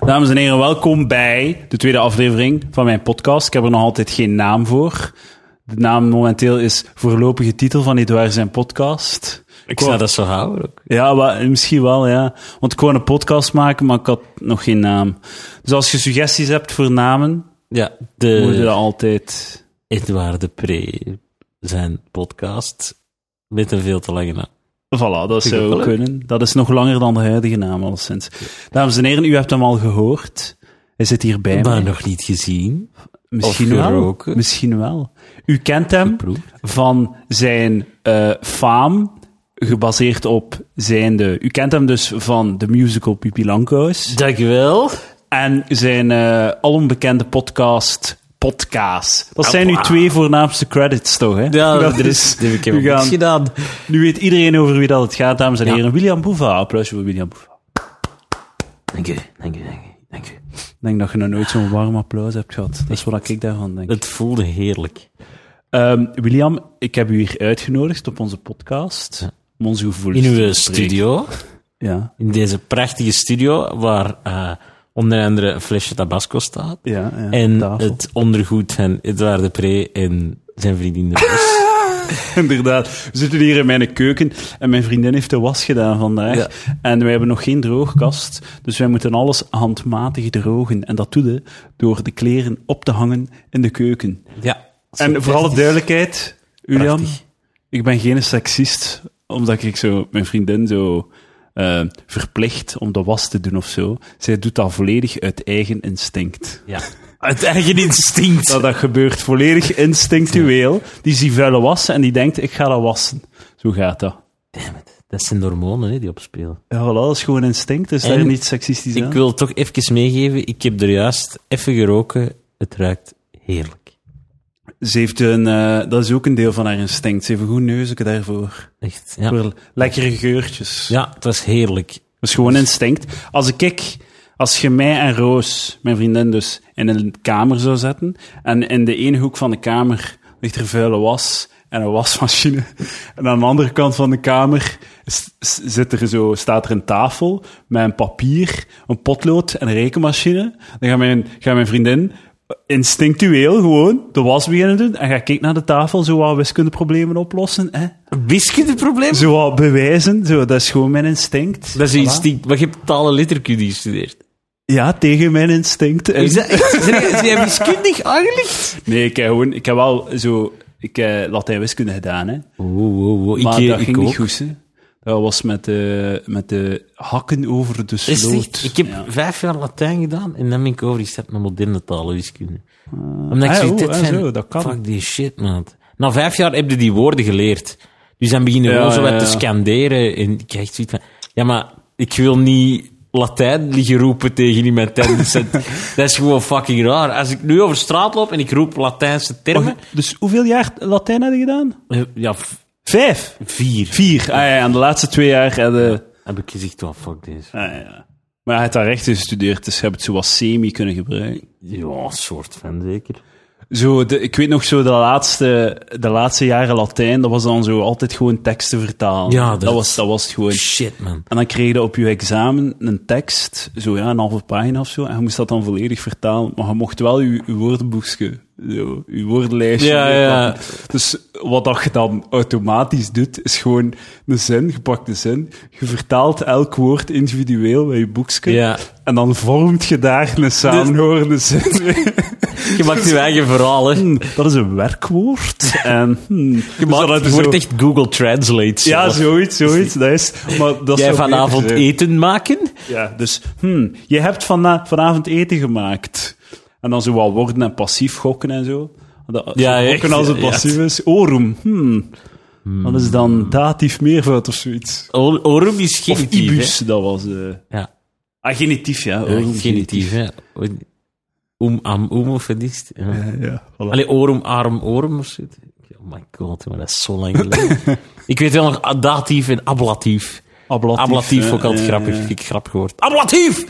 Dames en heren, welkom bij de tweede aflevering van mijn podcast. Ik heb er nog altijd geen naam voor. De naam momenteel is voorlopige titel van Edouard zijn podcast. Ik zou dat zo houden ook. Ja, wa- misschien wel, ja. Want ik wou een podcast maken, maar ik had nog geen naam. Dus als je suggesties hebt voor namen, Ja, moet je dat de altijd... Edouard de Pre, zijn podcast, met een veel te lange naam. Voilà, dat eh, Vind ik ook zou wel kunnen. Dat is nog langer dan de huidige naam, alleszins. Dames en heren, u hebt hem al gehoord. Hij zit hier bij Maar mij. nog niet gezien. Misschien Of wel. geroken. Misschien wel. U kent hem Geproefd. van zijn eh faam, gebaseerd op zijn de... U kent hem dus van de musical Pipi Langkous Dankjewel. en zijn eh alombekende podcast Podcaast. Dat zijn uw Appa. twee voornaamste credits, toch? Hè? Ja, dus dat er is, is... ik heb u ook niks gaan- gedaan. Nu weet iedereen over wie dat het gaat, dames en Ja. heren. William Boeva. Applausje voor William Boeva. Dank je, dank je, dank je, dank je. Ik denk dat je nog nooit zo'n warm applaus hebt gehad. Dat is wat ik daarvan denk. Het voelde heerlijk. Ehm, William, ik heb u hier uitgenodigd op onze podcast. Om onze gevoelens In te uw eh, bespreken. studio, Ja, in deze prachtige studio, waar eh, onder andere een flesje tabasco staat. ja, ja. En tafel. het ondergoed van Edouard de Pre en zijn vriendin. Inderdaad. We zitten hier in mijn keuken en mijn vriendin heeft de was gedaan vandaag. Ja. En wij hebben nog geen droogkast, dus wij moeten alles handmatig drogen. En dat doen we door de kleren op te hangen in de keuken. ja. En voor alle duidelijkheid, Julian, Prachtig. ik ben geen seksist, omdat ik zo mijn vriendin zo eh, verplicht om de was te doen of zo. Zij doet dat volledig uit eigen instinct. Ja. Het eigen instinct. Dat, dat gebeurt volledig instinctueel. Die ziet vuile wassen en die denkt, ik ga dat wassen. Zo gaat dat. Dat zijn de hormonen hè, die opspelen. Ja, voilà, dat is gewoon instinct, dus En daar niet seksistisch Ik aan. wil toch even meegeven, ik heb er juist even geroken. Het ruikt heerlijk. Ze heeft een, eh, dat is ook een deel van haar instinct. Ze heeft een goed neusje daarvoor. Echt, ja. Voor lekkere geurtjes. ja, het was heerlijk. Dat is Dus gewoon instinct. Als ik, ik, als je mij en Roos, mijn vriendin dus, in een kamer zou zetten, en in de ene hoek van de kamer ligt er vuile was en een wasmachine, en aan de andere kant van de kamer s- s- zit er zo, staat er een tafel met een papier, een potlood en een rekenmachine, dan gaat mijn, gaat mijn vriendin instinctueel gewoon de was beginnen doen en gaat kijken naar de tafel, zo wat wiskundeproblemen oplossen, hè? Wiskundeprobleem? zo wat bewijzen, zo, dat is gewoon mijn instinct. Dat is een Voilà. instinct. Maar je hebt talen letterkunde gestudeerd. Ja, tegen mijn instinct. Is dat echt? Zijn jij wiskundig eigenlijk? Nee, ik heb gewoon, ik heb wel zo, ik heb Latijn wiskunde gedaan, hè. Wow, wow, wow. Ik, Maar eh, dat ik ging ook. niet goed, hè. Dat was met de, met de hakken over de Is het echt? sloot. Ik heb Ja. vijf jaar Latijn gedaan en dan ben ik overgestapt naar moderne talenwiskunde. Omdat ik ah, zoiets oeh, had ah, van, zo, dat kan. Fuck die shit, man. Na vijf jaar heb je die woorden geleerd. Dus dan beginnen we Ja, gewoon zo ja, wat te ja. scanderen. En ik krijg zoiets van... Ja, maar ik wil niet Latijn liggen roepen tegen iemand. tijdens het- dat is gewoon fucking raar. Als ik nu over straat loop en ik roep Latijnse termen... Wacht, Dus hoeveel jaar Latijn had je gedaan? eh, Ja, v- Vijf. vier. Vier. Ah ja, en de laatste twee jaar hadden... Heb ik gezegd, oh, fuck deze. Ah ja. Maar hij had daar rechten gestudeerd, dus je hebt het zo wat semi kunnen gebruiken. Ja, soort van zeker. Zo, de, ik weet nog zo, de laatste, de laatste jaren Latijn, dat was dan zo altijd gewoon teksten vertalen. Ja, dat, dat- was, dat was het gewoon. Shit, man. En dan kreeg je op je examen een tekst, zo ja, een halve pagina of zo, en je moest dat dan volledig vertalen, maar je mocht wel je, je woordenboekje, zo, je woordenlijstje. Ja, ja. Dus wat dat je dan automatisch doet, is gewoon een zin, je pakt een zin, je vertaalt elk woord individueel bij je boekje, Ja. Dus en dan vormt je daar een samenhorende zin. Je maakt je eigen verhaal, hè. Hmm, dat is een werkwoord. En, hmm, Je dus dat maakt, hebben het ze wordt zo- echt Google Translate. Ja, zelf. zoiets, zoiets. Dat is, maar dat Jij zou beter vanavond zijn. eten maken? Ja, dus hmm, je hebt vana- vanavond eten gemaakt. En dan zo wat woorden en passief gokken en zo. Dat, Ja, zo echt, gokken als het ja, ja. passief is. Orum, hmm. Dat is dan datief meervoud of zoiets. O- Orum is Of genitief. ibus, dat was... eh hè? Ja, ah, genitief, ja. ja, Oh, Orum, genitief. hè. Om, am, om of het is. Ja. Ja, ja, voilà. Allee, orum, arm, orum of zoiets. Oh my god, maar dat is zo lang geleden. ik weet wel nog a- datief en ablatief. Ablatief, Ablatief ja, ook altijd ja, grappig. ja. Vind ik grappig gehoord. Ablatief!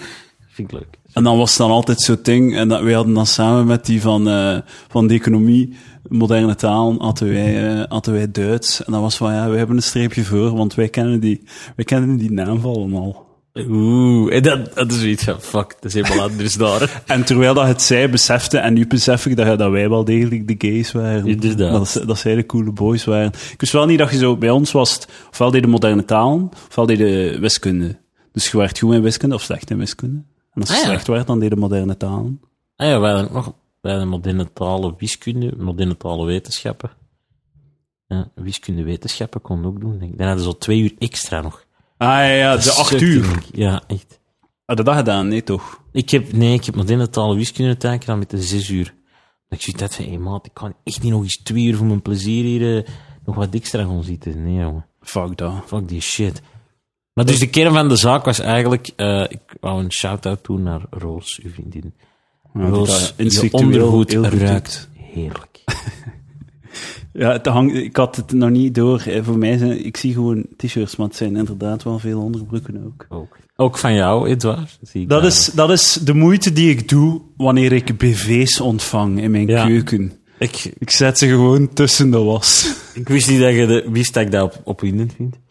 Vind ik leuk. En dan was het dan altijd zo'n ding. En dat, wij hadden dan samen met die van, eh, van de economie, moderne taal, hadden wij, eh, hadden wij Duits. En dan was van, ja, we hebben een streepje voor, want wij kennen die, wij kennen die naam van allemaal. Oeh, en dat, dat is zoiets van, fuck, dat is helemaal anders daar. En terwijl dat het zij besefte, en nu besef ik dat, dat wij wel degelijk de gays waren. Inderdaad. Dat, ze- dat zij de coole boys waren. Ik wist wel niet dat je zo, bij ons was het, ofwel deed de moderne talen, ofwel deed de wiskunde. Dus je werd goed in wiskunde of slecht in wiskunde. En als je Ah, ja. slecht werd, dan deed de moderne talen. Ah ja, wij hadden ook nog wij hadden moderne talen wiskunde, moderne talen wetenschappen. Ja, wiskunde wetenschappen kon ook doen, denk ik. Dan hadden ze al twee uur extra nog. Ah ja, ja, de acht Shit, uur. denk ik. Ja, echt. Had je dat gedaan? Nee, toch? Ik heb, nee, ik heb moderne talen wiskunde uiteindelijk gedaan met de zes uur. Dat ik zoiets had van, hé maat, ik kan echt niet nog eens twee uur voor mijn plezier hier eh, nog wat extra gaan zitten. Nee, jongen. Fuck dat. Fuck die shit. Maar dus de kern van de zaak was eigenlijk... eh, ik wou een shout-out doen naar Roos, uw vriendin. Ja, Roos, je instinctueel ondergoed heel goed ruikt heerlijk. Ja, het hangt, ik had het nog niet door. Eh, Voor mij zijn, ik zie gewoon t-shirts, maar het zijn inderdaad wel veel onderbroeken ook. Ook, ook van jou, Edouard. zie ik Dat daar. is, dat is de moeite die ik doe wanneer ik bv's ontvang in mijn Ja. keuken. Ik, Ik zet ze gewoon tussen de was. ik wist niet dat je de, wist dat ik dat op, opwindend vind.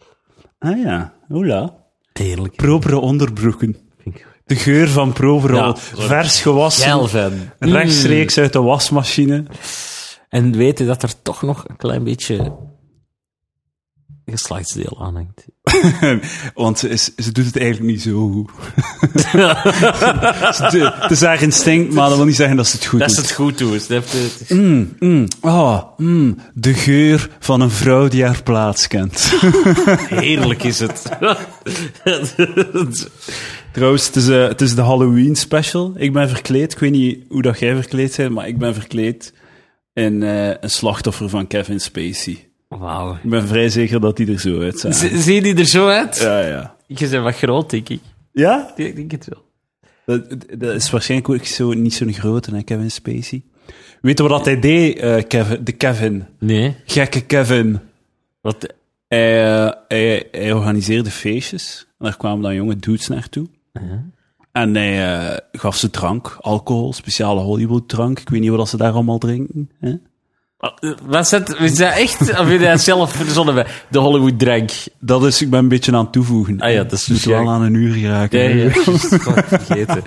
Ah ja, hola. Heerlijk. Propere onderbroeken. Vind ik. De geur van proverol. Ja, zo. Vers gewassen. Geil van. Rechtstreeks uit de wasmachine. En weten dat er toch nog een klein beetje geslachtsdeel aan hangt. Want ze, is, ze doet het eigenlijk niet zo goed. Ze doet- het is haar instinct, maar dat wil niet zeggen dat ze het goed Dat doet. is het goed, doe. Dat heeft het- Mm, mm, oh, mm, de geur van een vrouw die haar plaats kent. Heerlijk is het. Trouwens, het is, eh, het is de Halloween special. Ik ben verkleed. Ik weet niet hoe dat jij verkleed bent, maar ik ben verkleed in eh, een slachtoffer van Kevin Spacey. Wauw. Ik ben vrij zeker dat die er zo uitzien. Z- Zie je die er zo uit? Ja, ja. Je bent wat groot, denk ik. Ja? Ik denk het wel. Dat, dat is waarschijnlijk ook zo, niet zo'n grote, hè, Kevin Spacey. Weet je wat dat hij deed, eh, Kevin, de Kevin? Nee. Gekke Kevin. Wat? Hij, eh, hij, hij organiseerde feestjes. En daar kwamen dan jonge dudes naartoe. En hij eh, gaf ze drank, alcohol, speciale Hollywood-drank. Ik weet niet wat dat ze daar allemaal drinken. Hè? Was dat, is dat echt? Of heb je dat zelf verzonnen? bij? De Hollywood drank. Dat is, ik ben een beetje aan het toevoegen. Ah ja, dat is Het moet wel aan waarschijnlijk- een uur geraken. Nee, hè. ja. vergeten.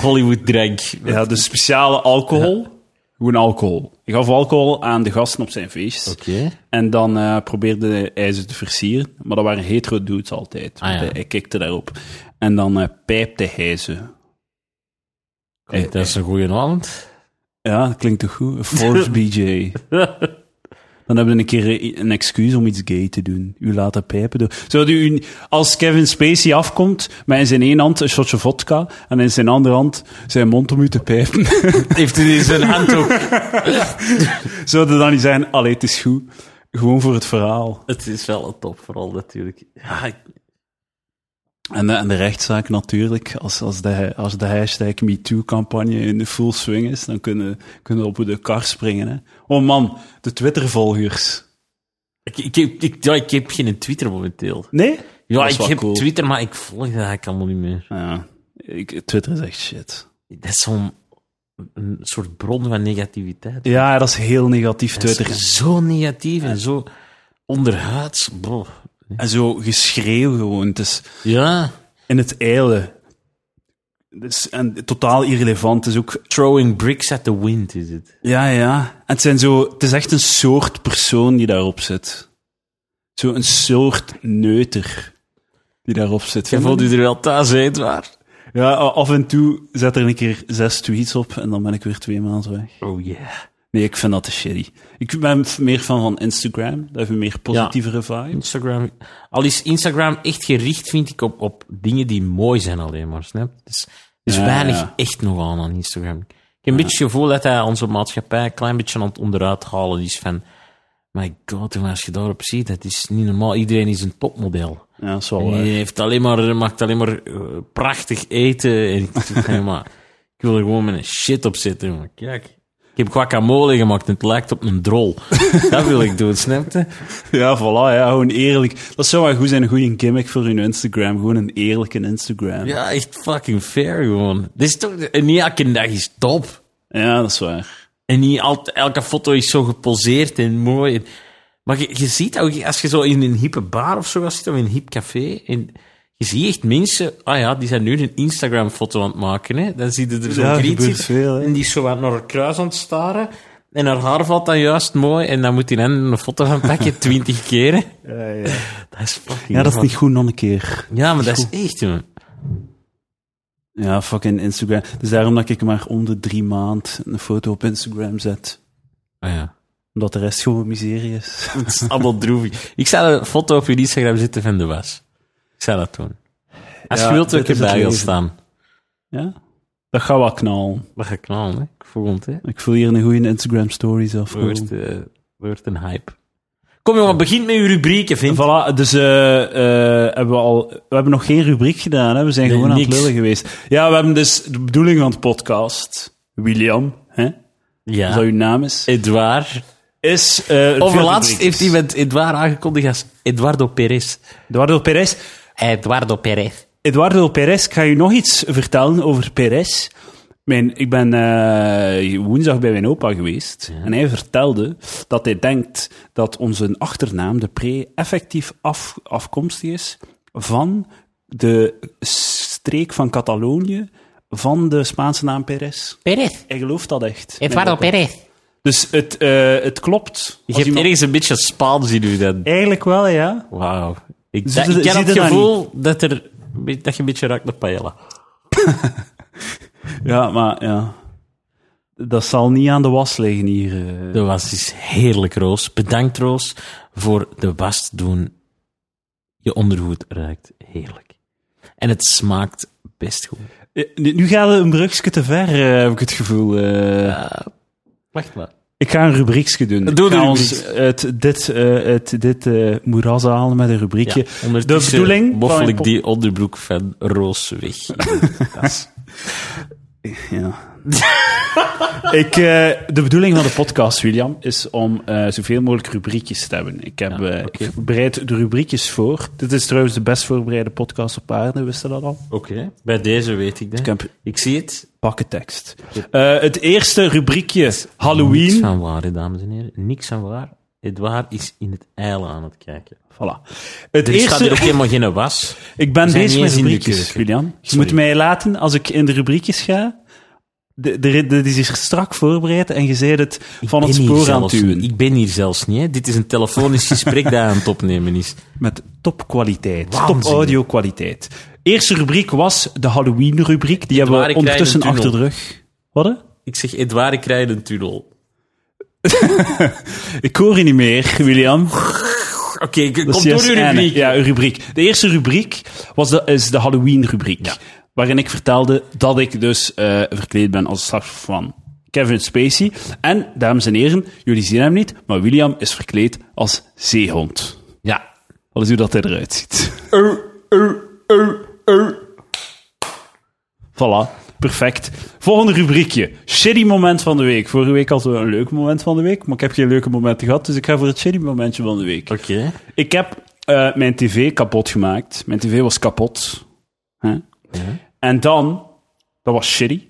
Hollywood drank. Ja, dus speciale alcohol. Gewoon alcohol. Hij gaf alcohol aan de gasten op zijn feestjes. En dan eh, probeerde hij ze te versieren. Maar dat waren hetero dudes altijd. Ah, ja. Want hij, hij kikte daarop. En dan eh, pijpte hij ze. Hey, dat is een goede avond. Ja, dat klinkt toch goed? Een Force BJ. Dan hebben we een keer een excuus om iets gay te doen. U laten pijpen door. Zou u, als Kevin Spacey afkomt, met in zijn één hand een shotje vodka en in zijn andere hand zijn mond om u te pijpen, Heeft hij in zijn hand ook? zouden dan niet zeggen, allee, het is goed. Gewoon voor het verhaal. Het is wel een top, vooral natuurlijk. Ja, ik- En de, en de rechtszaak natuurlijk, als, als, de, als de hashtag MeToo-campagne in de full swing is, dan kunnen, kunnen we op de kar springen. Hè. Oh man, de Twitter-volgers. ik, ik, heb- ik, ja, ik heb geen Twitter momenteel. Nee? Ja, Dat is ik wel heb cool. Twitter, maar ik volg dat eigenlijk allemaal niet meer. Ja, ik, Twitter is echt shit. Dat is zo'n een soort bron van negativiteit. Ja, dat is heel negatief, Twitter. Dat is zo negatief en zo onderhuids. Bro. En zo geschreeuw gewoon. Het is Ja. in het eilen. Dus, en totaal irrelevant. Het is ook... Throwing bricks at the wind is het. Ja, ja. En het, zijn zo, het is echt een soort persoon die daarop zit. Zo een soort neuter die daarop zit. Je voelt u er wel thuis uit, waar? Ja, a- af en toe zet er een keer zes tweets op en dan ben ik weer twee maanden weg. Oh yeah. Nee, ik vind dat te shitty. Ik ben meer fan van Instagram. Dat heeft een meer positievere vibe. Instagram. Al is Instagram echt gericht, vind ik, op, op dingen die mooi zijn alleen maar, snap? je? Dus er is Ja, weinig ja. echt nog aan aan Instagram. Ik heb een beetje het gevoel dat hij onze maatschappij een klein beetje aan het onderuit halen is van... My god, jongen, als je daarop ziet, dat is niet normaal. Iedereen is een topmodel. Ja, dat is wel En waar. die heeft alleen maar, maakt alleen maar eh, prachtig eten. En ik, denk, nee, maar, ik wil er gewoon mijn shit op zitten. jongen. Kijk, ik heb guacamole gemaakt en het lijkt op een drol. Dat wil ik doen, snap je? Ja, voilà, ja, gewoon eerlijk. Dat zou wel goed zijn, een goede gimmick voor hun Instagram. Gewoon een eerlijke Instagram. Ja, Ja, echt fucking fair gewoon. Dit is toch, en niet elke dag is top. dat is waar. En niet altijd, elke foto is zo geposeerd en mooi. Maar je, je ziet ook, als je zo in een hippe bar of zo gaat zitten, of in een hip café, en je ziet echt mensen, ah ja, die zijn nu een Instagram-foto aan het maken, hè. Dan zie je er zo'n Ja, griet gebeurt zitten, veel, hè. en die is zo wat naar haar kruis aan het staren, en haar haar valt dan juist mooi, en dan moet die hen een foto van pakken, twintig keren. Dat is fucking... Ja, dat is niet goed nog een keer. Ja, maar dat is echt, jongen. Ja, fucking Instagram. Dus daarom dat ik maar om de drie maand een foto op Instagram zet. Ah ja. Omdat de rest gewoon miserie is. Het is allemaal droevig. Ik zou een foto op je Instagram zitten van de was. Ik zou dat doen. Als Ja, je wilt, wil ik dit is het erbij gaan leven. staan. Ja? Dat gaat wel knallen. Dat ga ik knallen, hè. Ik voel het, hè. Ik voel hier een goede Instagram stories af. Dat wordt, eh, dat wordt een hype. Kom jongen, begin met je rubrieken, En vind Voilà, dus eh, eh, hebben we, al, we hebben nog geen rubriek gedaan. Hè? We zijn Nee, gewoon aan niks. het lullen geweest. Ja, we hebben dus de bedoeling van de podcast. William, hè? Ja. dat uw naam is. Edouard. Is, eh, een Overlaatst veel heeft rubriek. iemand Edouard aangekondigd als Eduardo Perez. Eduardo Perez. Eduardo Perez. Eduardo Perez, ik ga je nog iets vertellen over Perez. Mijn, ik ben eh, woensdag bij mijn opa geweest en hij vertelde dat hij denkt dat onze achternaam, de pre, effectief af, afkomstig is van de streek van Catalonië van de Spaanse naam Perez. Perez. Hij gelooft dat echt. Eduardo Mijn opa. Perez. Dus het, eh, het klopt. Je Als hebt iemand- ergens een beetje Spaans in u dan. Eigenlijk wel, ja. Wauw. Ik, Zie dat- je- ik zie heb je het dat gevoel dat, er, dat je een beetje raakt naar paella. Ja, maar ja. Dat zal niet aan de was liggen hier. eh. De was is heerlijk, Roos. Bedankt, Roos, voor de was te doen. Je ondergoed ruikt heerlijk. En het smaakt best goed. Eh, Nu nu gaat het een brugje te ver, eh, heb ik het gevoel. eh. Wacht maar. Ik ga een rubriekje doen. Doe Ik de ga rubriek. ons uit dit, eh, uit dit eh, moeras halen met een rubriekje. de ondertussen bedoeling van moffel mijn ik pod- die onderbroek van Roos weg. Ja. ik, eh, de bedoeling van de podcast, William, is om eh, zoveel mogelijk rubriekjes te hebben. Ik, heb, eh, oké. ik bereid de rubriekjes voor. Dit is trouwens de best voorbereide podcast op aarde, wist je dat al? Oké, bij deze weet ik dat. Ik heb Ik zie het. pakken tekst. Eh, het eerste rubriekje, Niks Halloween. aan waar, hè, dames en heren. Niks aan waar. Edouard is in het eilen aan het kijken. Voilà. Het Er staat eerste er ook helemaal geen was. Ik ben zijn bezig niet met eens in de rubriekjes, keuken. Julian. Je Sorry. moet mij laten, als ik in de rubriekjes ga... De, de, de- die is strak voorbereid en je zei het van Ik het ben hier spoor aan het zelfs duwen. niet. Ik ben hier zelfs niet. Hè. Dit is een telefonisch gesprek dat aan het opnemen is. Met topkwaliteit, Waanzin. top audio kwaliteit. Eerste rubriek was de Halloween-rubriek. Die hebben waar, we ik ondertussen rijd een achter de tunnel. rug. Wat? hè? Ik zeg, Edouard, ik rijd een tunnel. Ik hoor je niet meer, William. Oké, ik- kom Dat is door uw juist Anne. rubriek. Ja, uw rubriek. De eerste rubriek was de, is de Halloween-rubriek. Waarin ik vertelde dat ik dus eh, verkleed ben als slachtoffer van Kevin Spacey. En, dames en heren, jullie zien hem niet, maar William is verkleed als zeehond. Ja. Wat is hoe dat hij eruit ziet. Voilà, perfect. Volgende rubriekje. Shitty moment van de week. Vorige week hadden we een leuk moment van de week, maar ik heb geen leuke momenten gehad, dus ik ga voor het shitty momentje van de week. Oké. Ik heb eh, mijn tv kapot gemaakt. Mijn tv was kapot. Hè? En dan, dat was shitty.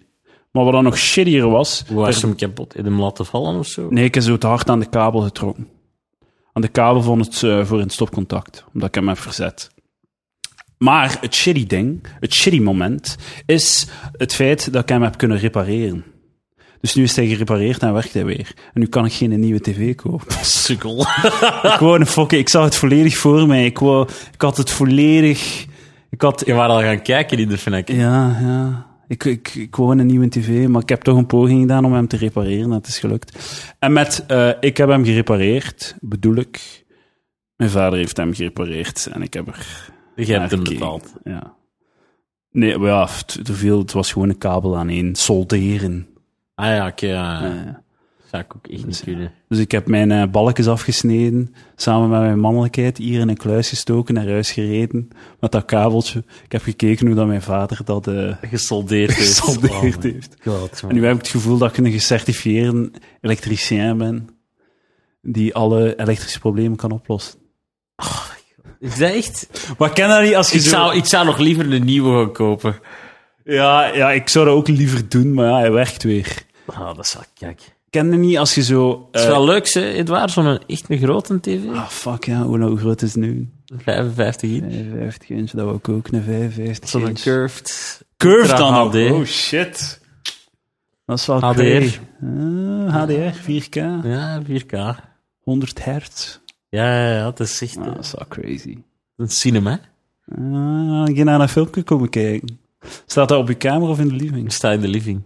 Maar wat dan nog shittier was. Hoe was er- hem kapot? Heb je hem laten vallen of zo? nee, ik heb zo te hard aan de kabel getrokken. Aan de kabel van het, eh, voor een stopcontact. Omdat ik hem heb verzet. Maar het shitty ding, het shitty moment, is het feit dat ik hem heb kunnen repareren. Dus nu is hij gerepareerd en werkt hij weer. En nu kan ik geen nieuwe tv kopen. Sukkel. Ik wou een fokken, ik zag het volledig voor mij. Ik, wou, ik had het volledig. Ik had. Je waren al gaan kijken in de FNAC. Ja, ja. Ik, ik, ik wou een nieuwe tv, maar ik heb toch een poging gedaan om hem te repareren. Dat is gelukt. En met eh, ik heb hem gerepareerd, bedoel ik. Mijn vader heeft hem gerepareerd en ik heb er. Je hebt hem naar gekeken. betaald. Ja. Nee, maar ja, het, te veel, het was gewoon een kabel aan één. Solderen. Ah ja, oké. ja. Eh, Zou ik ook echt niet kunnen. dus ik heb mijn eh, balkjes afgesneden, samen met mijn mannelijkheid, hier in een kluis gestoken, naar huis gereden, met dat kabeltje. Ik heb gekeken hoe dat mijn vader dat eh Gesoldeerd heeft. gesoldeerd Oh my heeft. God, man. En nu heb ik het gevoel dat ik een gecertificeerde elektricien ben, die alle elektrische problemen kan oplossen. Is dat echt? Maar ken dat niet als je Ik zo... zou, ik zou nog liever een nieuwe gaan kopen. Ja, ja, ik zou dat ook liever doen, maar ja, hij werkt weer. Ah, dat zou ik kijken. Ken je niet als je zo... Het eh, is wel leuk, hè, Edouard, zo'n echt een grote tv. ah, fuck ja, hoe, hoe groot is het nu? 55 inch. 55 inch, dat wou ik ook, een 55 Zo'n inch. curved. Curve Ultra dan nog. HD. Oh shit. Dat is wel HDR. crazy. Eh, HDR, 4K, Ja, 4K. 100 hertz. Ja, ja, ja, het is echt Ah, eh, dat is wel crazy. een cinema. Eh, ik ga naar dat filmpje komen kijken. Staat dat op je kamer of in de living? Ik sta in de living.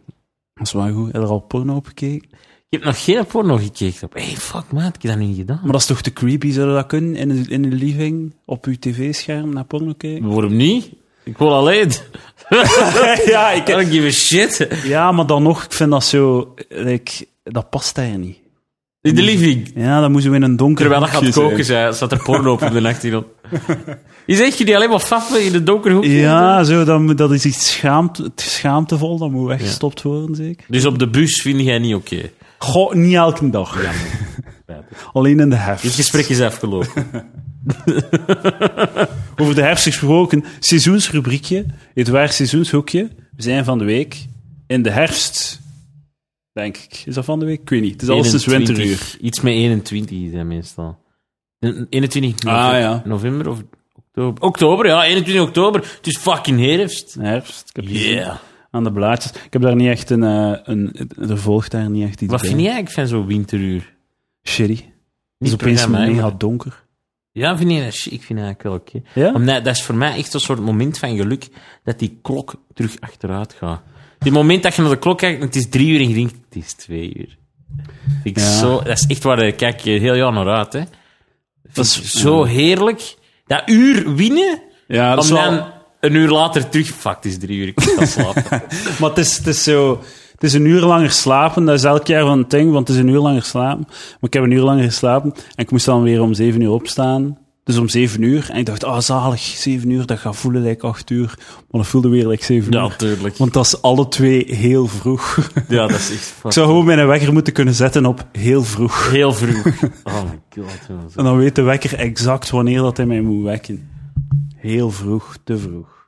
Dat is wel goed. Heb je er al porno op gekeken? Ik heb nog geen porno gekeken. Hé, hey, fuck man, heb ik dat niet gedaan? Maar dat is toch te creepy? Zouden dat kunnen in de, in de living op uw tv-scherm naar porno kijken? Waarom niet? Ik wil alleen. ja, ik, I don't give a shit. ja, maar dan nog, ik vind dat zo... like, dat past daar niet. In de living. Ja, dan moeten we in een donker Terwijl dat gaat hoekje zijn. koken, zei, zat er porno op op de nacht. Is echt je die alleen maar faffen in de donkere hoek? Ja, zo, dat, moet- dat is iets schaamt, schaamtevol. Dat moet weggestopt worden, zeker. Dus op de bus vind jij niet oké. Goh, niet elke dag. Spijtig. Alleen in de herfst. Dit gesprek is afgelopen. Over de herfst gesproken. Seizoensrubriekje. Het waar seizoenshoekje. We zijn van de week in de herfst. Denk ik. Is dat van de week? Ik weet niet. Het is alles sinds 21. winteruur. Iets met 21 is dat meestal. 21 Ah, november, ja. november of oktober? Oktober, ja, 21 oktober. Het is fucking herfst. Herfst. Ik heb het gezien. Yeah. Aan de blaadjes. Ik heb daar niet echt een... eh, een er volgt daar niet echt iets Wat bij. vind jij eigenlijk van zo'n winteruur? Shitty. Het is Niet opeens programma, hè, mega maar- donker. Ja, vind je dat chi- ik vind dat eigenlijk wel oké. Ja? Omdat dat is voor mij echt een soort moment van geluk dat die klok terug achteruit gaat. Het moment dat je naar de klok kijkt en het is drie uur en je denkt, het is twee uur. Vind Ik Ja. zo, dat is echt waar, daar kijk je heel jaar naar uit. Hè. Dat Dat is- is zo heerlijk. Dat uur winnen, Ja, dat om is wel... dan een uur later terug... Fuck, het is drie uur, ik ga slapen. Maar het is, het is zo... Het is een uur langer slapen. Dat is elk jaar van een ding, want het is een uur langer slapen. Maar ik heb een uur langer geslapen en ik moest dan weer om zeven uur opstaan. Dus om zeven uur. En ik dacht, ah, zalig, zeven uur, dat gaat voelen lijkt acht uur. Maar dat voelde weer lijkt zeven ja, uur. tuurlijk. Want dat is alle twee heel vroeg. Ja, dat is echt Ik fuck. zou gewoon mijn wekker moeten kunnen zetten op heel vroeg. heel vroeg. Oh my god. jongen. En dan weet de wekker exact wanneer dat hij mij moet wekken. Heel vroeg, te vroeg.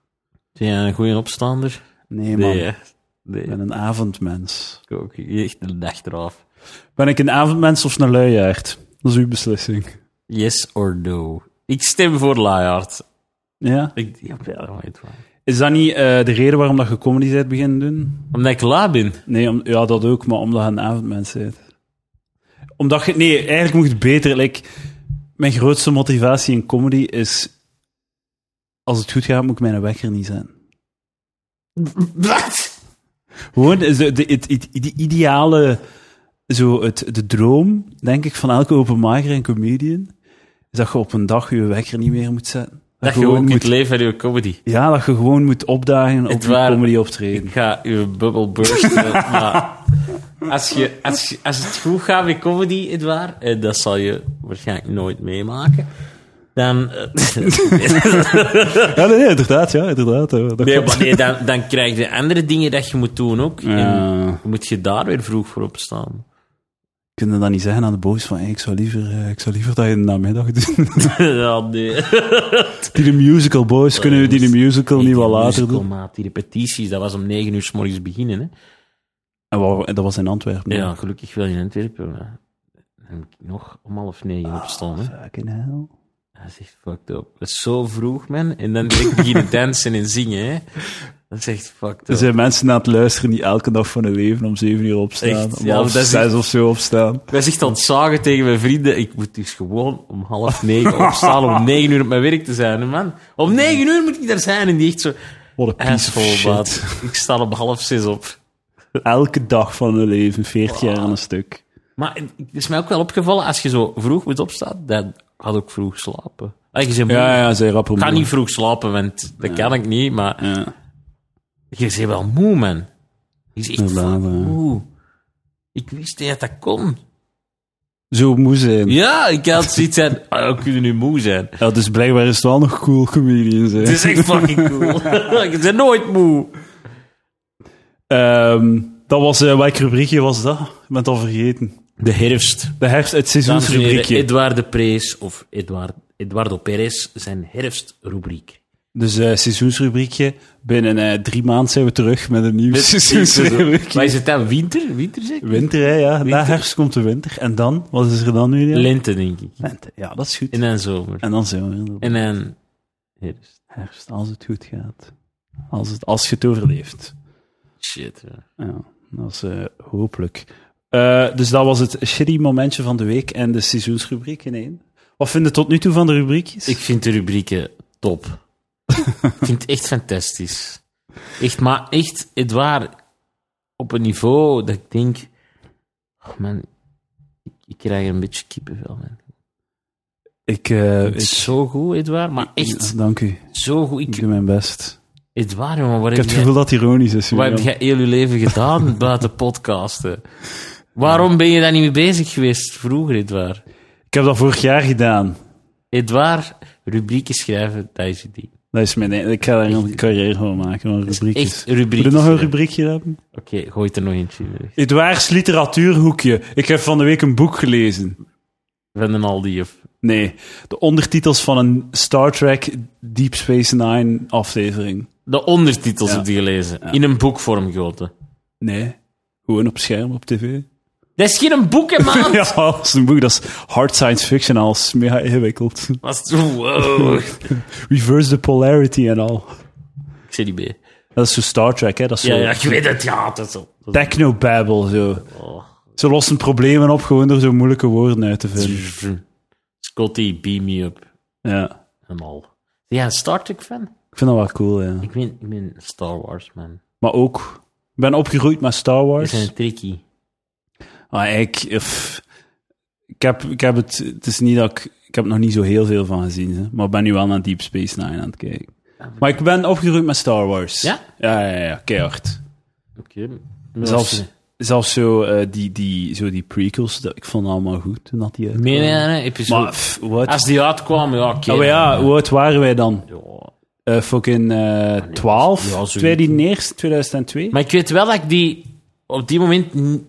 Ben jij een goede opstaander? Nee, man. hè? Nee, Ik ben een avondmens. ik ook. Echt een dag eraf. Ben ik een avondmens of een luiaard? Dat is uw beslissing. Yes or no? Ik stem voor Lajaard. Ja? Ik, ja, wel, maar het waar. Is dat niet eh, de reden waarom dat je comedy bent beginnen doen? Omdat ik la ben. Nee, om, ja, dat ook, maar omdat je een avondmens bent. Omdat je... Nee, eigenlijk moet je het beter... Like, mijn grootste motivatie in comedy is... Als het goed gaat, moet ik mijn wekker niet zijn. Wat? Gewoon is de, de, het, het- de ideale... Zo het, de droom, denk ik, van elke open micer en comedian... Is dat je op een dag je wekker niet meer moet zetten. Dat je gewoon ook moet- moet leven aan je comedy. Ja, dat je gewoon moet opdagen op Het je waar. comedy optreden. Ik ga je bubbel bursten. maar als, je, als, je- als het goed gaat met comedy, het waar, eh, dat zal je waarschijnlijk nooit meemaken. Dan, eh, Ja, nee, nee, inderdaad, ja, inderdaad. hè. Dat nee, klopt. maar nee, dan, dan krijg je andere dingen dat je moet doen ook. En Ja. moet je daar weer vroeg voor opstaan. Kunnen dan niet zeggen aan de boos van, hey, ik, zou liever, eh, ik zou liever dat je de namiddag doet. ja, nee. die de musical boys, kunnen we die de musical niet wat Die later musical, doen? maat, die repetities, dat was om negen uur s morgens beginnen. Hè? En waar- dat was in Antwerpen. hè. Ja, gelukkig wel in Antwerpen. maar Dan moet ik nog om half negen opstaan. Hè? Fucking hell. Dat is echt fucked up. Dat is zo vroeg, man. En dan direct beginnen dansen en zingen. Hè? Dat is echt fucked Er up. zijn mensen aan het luisteren die elke dag van hun leven om zeven uur opstaan. Echt, om ja, half dat is zes of zo opstaan. Ik was echt aan het zagen tegen mijn vrienden. Ik moet dus gewoon om half negen opstaan om negen uur op mijn werk te zijn, hè, man. Om negen uur moet ik daar zijn. En die echt zo... What a piece of Asshole, shit. maat. Ik sta om half zes op. Elke dag van hun leven, veertig jaar aan een stuk. Maar het is mij ook wel opgevallen, als je zo vroeg moet opstaan, dan had ik vroeg slapen. Ah, je zei, moe. ja, zij rapper Ik ga niet vroeg slapen, want dat kan ik niet, maar Ja. je bent wel moe, man. Je is echt Inderdaad, fucking ja. moe. Ik wist niet dat dat kon. Zo moe zijn. Ja. Ja, ik had zoiets aan, ah, we kunnen nu moe zijn. dus blijkbaar is het wel nog cool comedian zijn. Het is echt fucking cool. je bent nooit moe. Ehm, dat was, eh, welk rubriekje was dat? Ik ben het al vergeten. De herfst. De herfst, het Dames en heren, seizoensrubriekje. Edouard de Prees of Edouard, Eduardo Perez, zijn herfstrubriek. Dus eh seizoensrubriekje. Binnen eh, drie maanden zijn we terug met een nieuw seizoensrubriekje. Maar is het dan winter? Winter zeker? Winter, hè, ja. Na herfst komt de winter. En dan? Wat is er dan nu? Ja, Lente, denk ik. Lente. Ja, dat is goed. En dan zomer. En dan zijn we weer op En dan... herfst. herfst, als het goed gaat. Als, het, als je het overleeft. Shit, ja. Ja, dat is eh, hopelijk. Eh, dus dat was het shitty momentje van de week en de seizoensrubriek in één. Wat vind je tot nu toe van de rubriekjes? Ik vind de rubrieken top. ik vind het echt fantastisch. Echt, maar echt, het waar op een niveau dat ik denk... Oh man, ik, ik krijg er een beetje kippenvel, man. Ik, eh, Het is zo goed, Edouard, maar echt Ja, dank u. zo goed. Ik Ik, doe mijn best. Edouard, jongen, wat Ik heb heb het jij, gevoel dat het ironisch is. wat Julian. heb jij heel je leven gedaan buiten podcasten? Waarom ben je daar niet mee bezig geweest vroeger, Edouard? Ik heb dat vorig jaar gedaan. Edouard, rubrieken schrijven, dat is het ding. Dat is mijn, e- ik ga daar een carrière van maken, van rubriekjes. Echt rubrieken. Wil je nog een schrijven. rubriekje hebben? Oké, gooi het er nog eentje in. Edouards literatuurhoekje. Ik heb van de week een boek gelezen. Van een Aldi of... Nee, de ondertitels van een Star Trek Deep Space Nine aflevering. De ondertitels Ja. heb je gelezen. In een boekvorm gegoten. Nee, gewoon op scherm op tv. Dat is geen boek, hè, man! Ja, dat is een boek, dat is hard science fiction al, is mega ingewikkeld. Was, wow. Reverse the polarity en al. Ik zit niet bij. Dat is zo Star Trek, hè? Dat is zo Ja, ja, ik weet het, ja. Dat is zo. Dat technobabble, zo. is- oh. Ze lossen problemen op gewoon door zo moeilijke woorden uit te vinden. Scotty, beam me up. Ja, en al. Ben jij een Star Trek fan? ik vind dat wel cool, ja. Ik ben, ik ben Star Wars man. Maar ook, ik ben opgegroeid met Star Ik Wars. ben een tricky. Ah, ik, pff, ik, heb, ik heb het, het is niet dat ik, ik heb er nog niet zo heel veel van gezien, hè, maar ik ben nu wel naar Deep Space Nine aan het kijken. Maar ik ben opgegroeid met Star Wars. Ja? Ja, ja, ja, keihard. Oké. Zelfs, zelfs zo, eh, die, die, zo die prequels, dat, ik vond het allemaal goed toen dat die uitkwam. Nee, nee, nee. episode- Maar, pff, wat? Als die uitkwam, ja, oké. oh maar ja, dan- hoe oud waren wij dan? Ja. Eh fucking eh 12? Ah, Ja, zoiets. 2001, 2002? Maar ik weet wel dat ik die... Op die moment... n-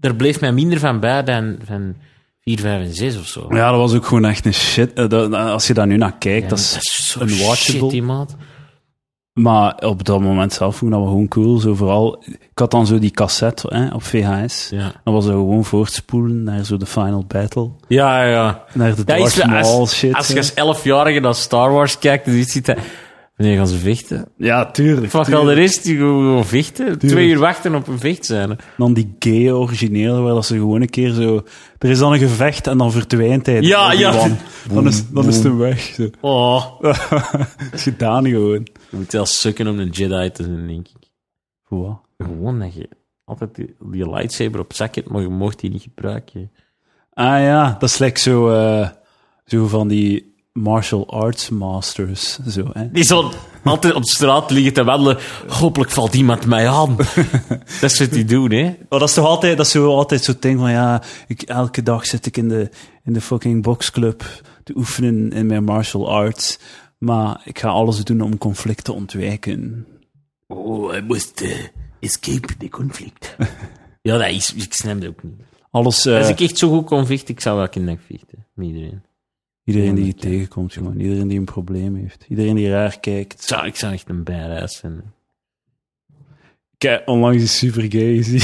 Daar bleef mij minder van bij dan van 4, 5 en 6 of zo. Ja, dat was ook gewoon echt een shit. Eh, dat- als je daar nu naar kijkt, Ja, dat is zo unwatchable. shit, die maat. Maar op dat moment zelf vond ik dat wel gewoon cool. Zo vooral, ik had dan zo die cassette hè, op VHS. Ja. Dan was er gewoon voortspoelen naar zo de Final Battle. Ja, ja. Naar de Dat is Darth wel- Maul als, shit. als je hè. als 11-jarige naar Star Wars kijkt, dan ziet dat... Wanneer gaan ze vechten? Ja, tuurlijk. Fuck al tuurlijk. de rest, die gewoon gewoon vechten. Twee uur wachten op een vechtscène. Dan die gay originele, waar dat ze gewoon een keer zo... Er is dan een gevecht en dan verdwijnt hij. Ja, Die ja. man. Dan is, dan is hij weg. Zo. Oh. Dat is gedaan gewoon. Je moet wel sukken om een Jedi te zijn, denk ik. Voor wat? Gewoon dat je altijd die, die lightsaber op zak hebt, maar je mocht die niet gebruiken. Ah ja, dat is lekker zo, eh, zo van die martial arts masters. Zo, hè. Die zo altijd op straat liggen te wandelen. Hopelijk valt iemand mij aan. dat is wat die doen, hè. Maar dat is toch altijd, dat is zo, altijd zo'n ding van ja, ik, elke dag zit ik in de, in de fucking boxclub te oefenen in mijn martial arts. Maar ik ga alles doen om conflict te ontwijken. Oh, hij moest escape the conflict. ja, dat is... Ik snap dat ook niet. Alles, eh, Als Dus ik echt zo goed kon vechten, ik zou wel kunnen vechten. Met iedereen. iedereen die je tegenkomt, jongen. Iedereen die een probleem heeft. Iedereen die raar kijkt. Zou, ik zou echt een badass zijn. Ik heb onlangs een super gay gezien.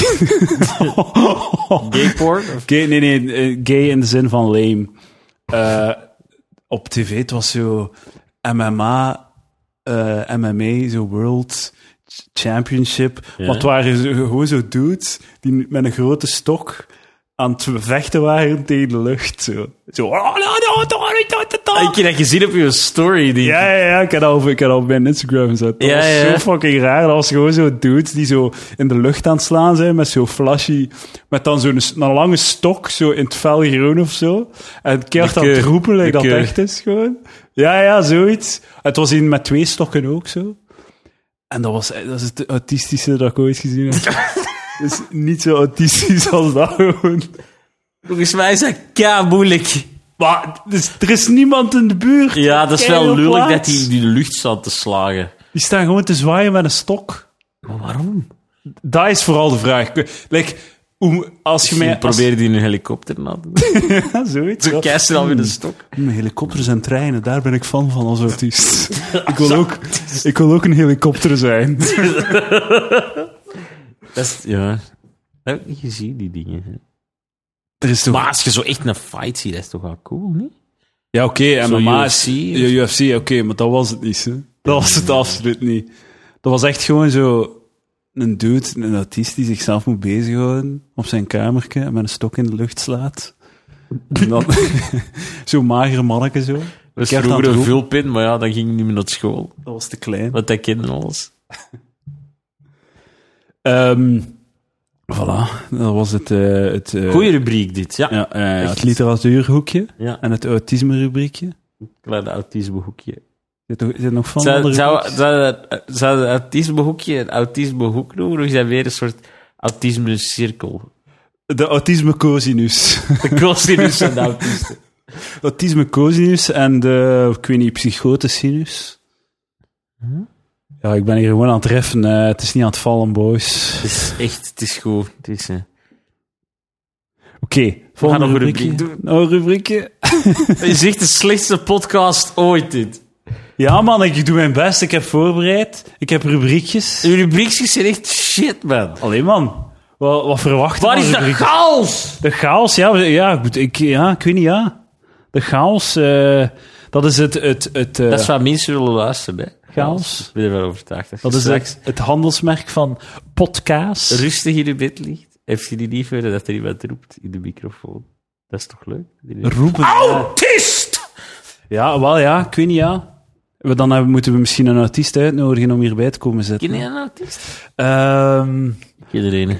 Gayport? Of... Gay, nee, nee, eh, gay in de zin van lame. Eh, op tv, het was zo MMA, eh, MMA, zo World Ch- Championship. Ja. Maar het waren zo- gewoon zo dudes die met een grote stok aan het vechten waren tegen de lucht. Zo, zo oh, no, no, no, no, no, no. Ik heb dat gezien op je story. Die... Ja, ja, ja, ik had dat op, ik had dat op mijn Instagram gezet. Dat Ja, was ja. zo fucking raar. Dat was gewoon zo dudes die zo in de lucht aan het slaan zijn met zo'n flashy... Met dan zo'n s- een lange stok, zo in het felgroen of zo. En keert De aan het keur. roepen, like De dat keur. echt is gewoon. Ja, ja, zoiets. Het was in met twee stokken ook zo. En dat was dat is het autistische dat ik ooit gezien heb. Dus niet zo autistisch als dat gewoon. Volgens mij is dat kei moeilijk. Maar dus, er is niemand in de buurt. Ja, dat is wel Keihard lullig dat plaats. hij die de lucht staat te slagen. Die staan gewoon te zwaaien met een stok. Maar waarom? Dat is vooral de vraag. Like, Hoe, als je mij... Misschien probeer die in een helikopter na te doen. als, zoiets. Zo ja. kei snel weer de stok. Mm, helikopters en treinen, daar ben ik fan van als artiest. ik, wil ook, ik wil ook een helikopter zijn. Dat is, ja. Dat heb ik niet gezien, die dingen. hè. Er is toch... Maar als je zo echt een fight ziet, dat is toch wel cool, niet? ja, oké, en Zo'n MMA UFC. is... Ja, UFC, oké, maar dat was het niet, hè. Dat was het absoluut niet. Dat was echt gewoon zo... Een dude, een artiest die zichzelf moet bezighouden op zijn kamertje en met een stok in de lucht slaat. En dan... Zo'n magere manneke zo. Dat Ik is heb dat vroeger een geroepen. vulpin, maar ja, dan ging ik niet meer naar school. Dat was te klein. Wat dat kinderen alles. Ehm voilà, dat was het... eh het eh, Goeie rubriek, dit. Ja, Ja, eh, Echt. het literatuurhoekje ja. en het autisme-rubriekje. kleine autismehoekje. Zit er, zit er nog van? Zou, andere zou, rubriekjes? zou dat- zou dat autismehoekje een autismehoek noemen? Of is dat weer een soort autismecirkel? De autisme cosinus. De cosinus en de autisten. autisme cosinus en de, ik weet niet, psychote sinus. Ja, ik ben hier gewoon aan het reffen. eh, het is niet aan het vallen, boys. Het is echt, het is goed. Het is, eh, Oké, volgende nog een rubriekje. rubriek doen. Nog een rubriekje. Het is echt de slechtste podcast ooit, dit. Ja, man, ik doe mijn best. Ik heb voorbereid. Ik heb rubriekjes. De rubriekjes zijn echt shit, man. Allee, man. Wat, wat verwacht je Waar van is de rubriek? chaos? De chaos, ja, we- ja, ik, moet- ik, ja, ik weet niet, ja. De chaos, eh, dat is het... het, het eh, Dat is waar mensen willen luisteren, hè. Chaos. Ik ben er wel overtuigd. Dat je is straks het, het handelsmerk van podcast. rustig in je bed ligt, heeft je die liever dat er iemand roept in de microfoon. Dat is toch leuk? Roepen. Autist! eh, Ja, wel ja, ik weet niet, ja. We- Dan hebben- moeten we misschien een artiest uitnodigen om hierbij te komen Ken zitten. je een autist? Ehm, Iedereen.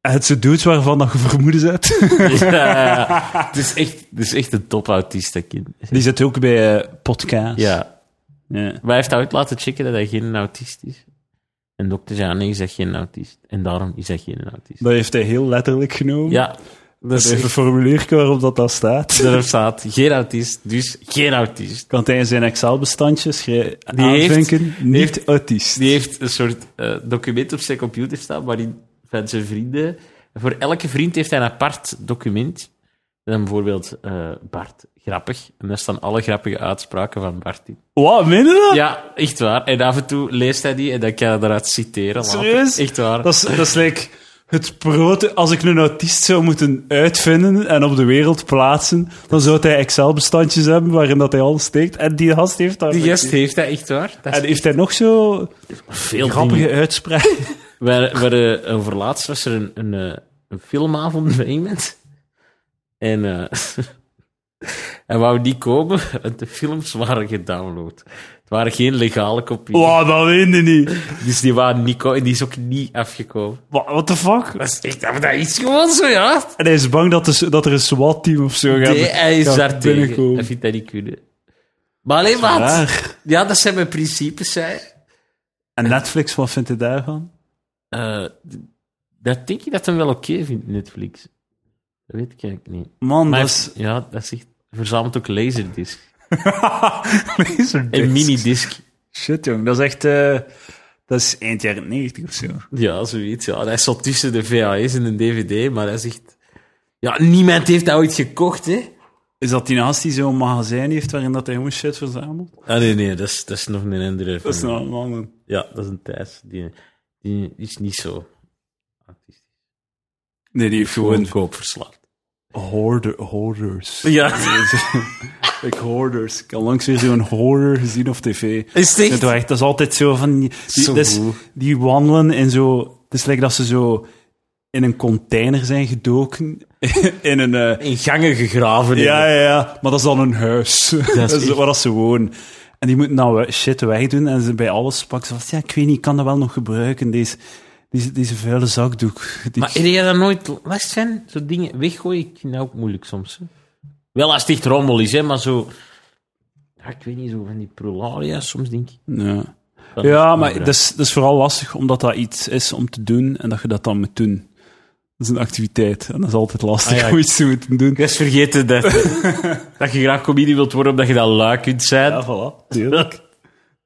het zijn dudes waarvan dat je vermoeden zet. ja, het, is echt, het is echt een topautist, dat kind. Die zit ook bij eh, podcast. Ja. Ja. Maar hij heeft ooit laten checken dat hij geen autist is. En dokter zei, ah, nee, is dat geen autist. En daarom is hij geen autist. Dat heeft hij heel letterlijk genomen. Ja, dat is even een formuliertje waarop dat, dat staat. daarop staat, geen autist, dus geen autist. Kan hij in zijn Excel-bestandje schrijven, heeft- aanvinken, niet heeft- autist. Die heeft een soort eh, document op zijn computer staan, waarin van zijn vrienden... Voor elke vriend heeft hij een apart document. En dan bijvoorbeeld eh, Bart, grappig. En daar staan alle grappige uitspraken van Bart in. Wat, minder dat? Ja, echt waar. En af en toe leest hij die en dan kan hij daaruit citeren. later. Serieus? Echt waar. Dat is, dat is like het proto. Als ik een autist zou moeten uitvinden en op de wereld plaatsen, dan zou hij Excel-bestandjes hebben waarin dat hij alles steekt. En die gast heeft daar. Die gast heeft hij echt waar. Dat En heeft hij nog zo veel grappige uitspraken? Waar, waar, eh, overlaatst was er een, een, eh, een filmavond bij iemand. En eh hij wou niet komen, want de films waren gedownload. Het waren geen legale kopieën. Wow, dat weet je niet. Dus die waren niet ko- en die is ook niet afgekomen. Wa- What the fuck? Dat is echt, maar dat is gewoon zo, ja. En hij is bang dat, de s- dat er een SWAT-team of zo gaat. Nee, hij is gaat daar tegen. binnenkomen. Hij vindt dat niet kunnen. Maar alleen wat? Raar. Ja, dat zijn mijn principes, zei hij. En Netflix, wat vindt hij daarvan? Eh, d- dat denk ik dat hem wel oké vindt, Netflix. Dat weet ik eigenlijk niet. Man, Maar dat hij- is. Ja, dat is echt- verzamelt ook laserdisc. Laserdisc. En minidisc. Shit, jong. Dat is echt. eh, dat is eind jaren 90 of zo. Ja, zoiets. Ja. Dat is zo tussen de VHS en de DVD, maar dat is echt... Ja, niemand heeft dat ooit gekocht, hè? Is dat die naast die zo'n magazijn heeft waarin dat hij gewoon shit verzamelt? Ah, nee, nee, dat is, dat is nog een andere. Dat is van- nou een ander. Ja, dat is een Thijs. Die, die is niet zo... Nee, die heeft Gewoon gewoon koopverslaafd. hoarder, hoarders. Ja. Ik hoarders. Ik had langs weer zo'n hoarder gezien op tv. Is het Het echt? was echt- dat is altijd zo van... Die, die, Zo dat is- goed. die wandelen en zo... Het is lekker dat ze zo in een container zijn gedoken. in een... eh, In gangen gegraven. ja, ja, ja. Maar dat is dan hun huis. Dat is, echt- waar dat ze wonen. En die moeten dan we- shit wegdoen. En ze bij alles pakken ze vast. Ja, ik weet niet, ik kan dat wel nog gebruiken. Deze, deze, deze vuile zakdoek. Die Maar heb jij daar nooit last van? Zo'n dingen weggooien, ik vind dat ook moeilijk soms. Hè? Wel als het echt rommel is, hè, maar zo... Ja, ik weet niet, zo van die prularia soms denk ik. Ja, Dat is ja niet maar raar. dat is, dat is vooral lastig omdat dat iets is om te doen en dat je dat dan moet doen. Dat is een activiteit en dat is altijd lastig Ah ja, om ik- iets te moeten doen. Ik was vergeten dat, dat je graag comedie wilt worden omdat je dat lui kunt zijn. Ja, voilà. Tuurlijk.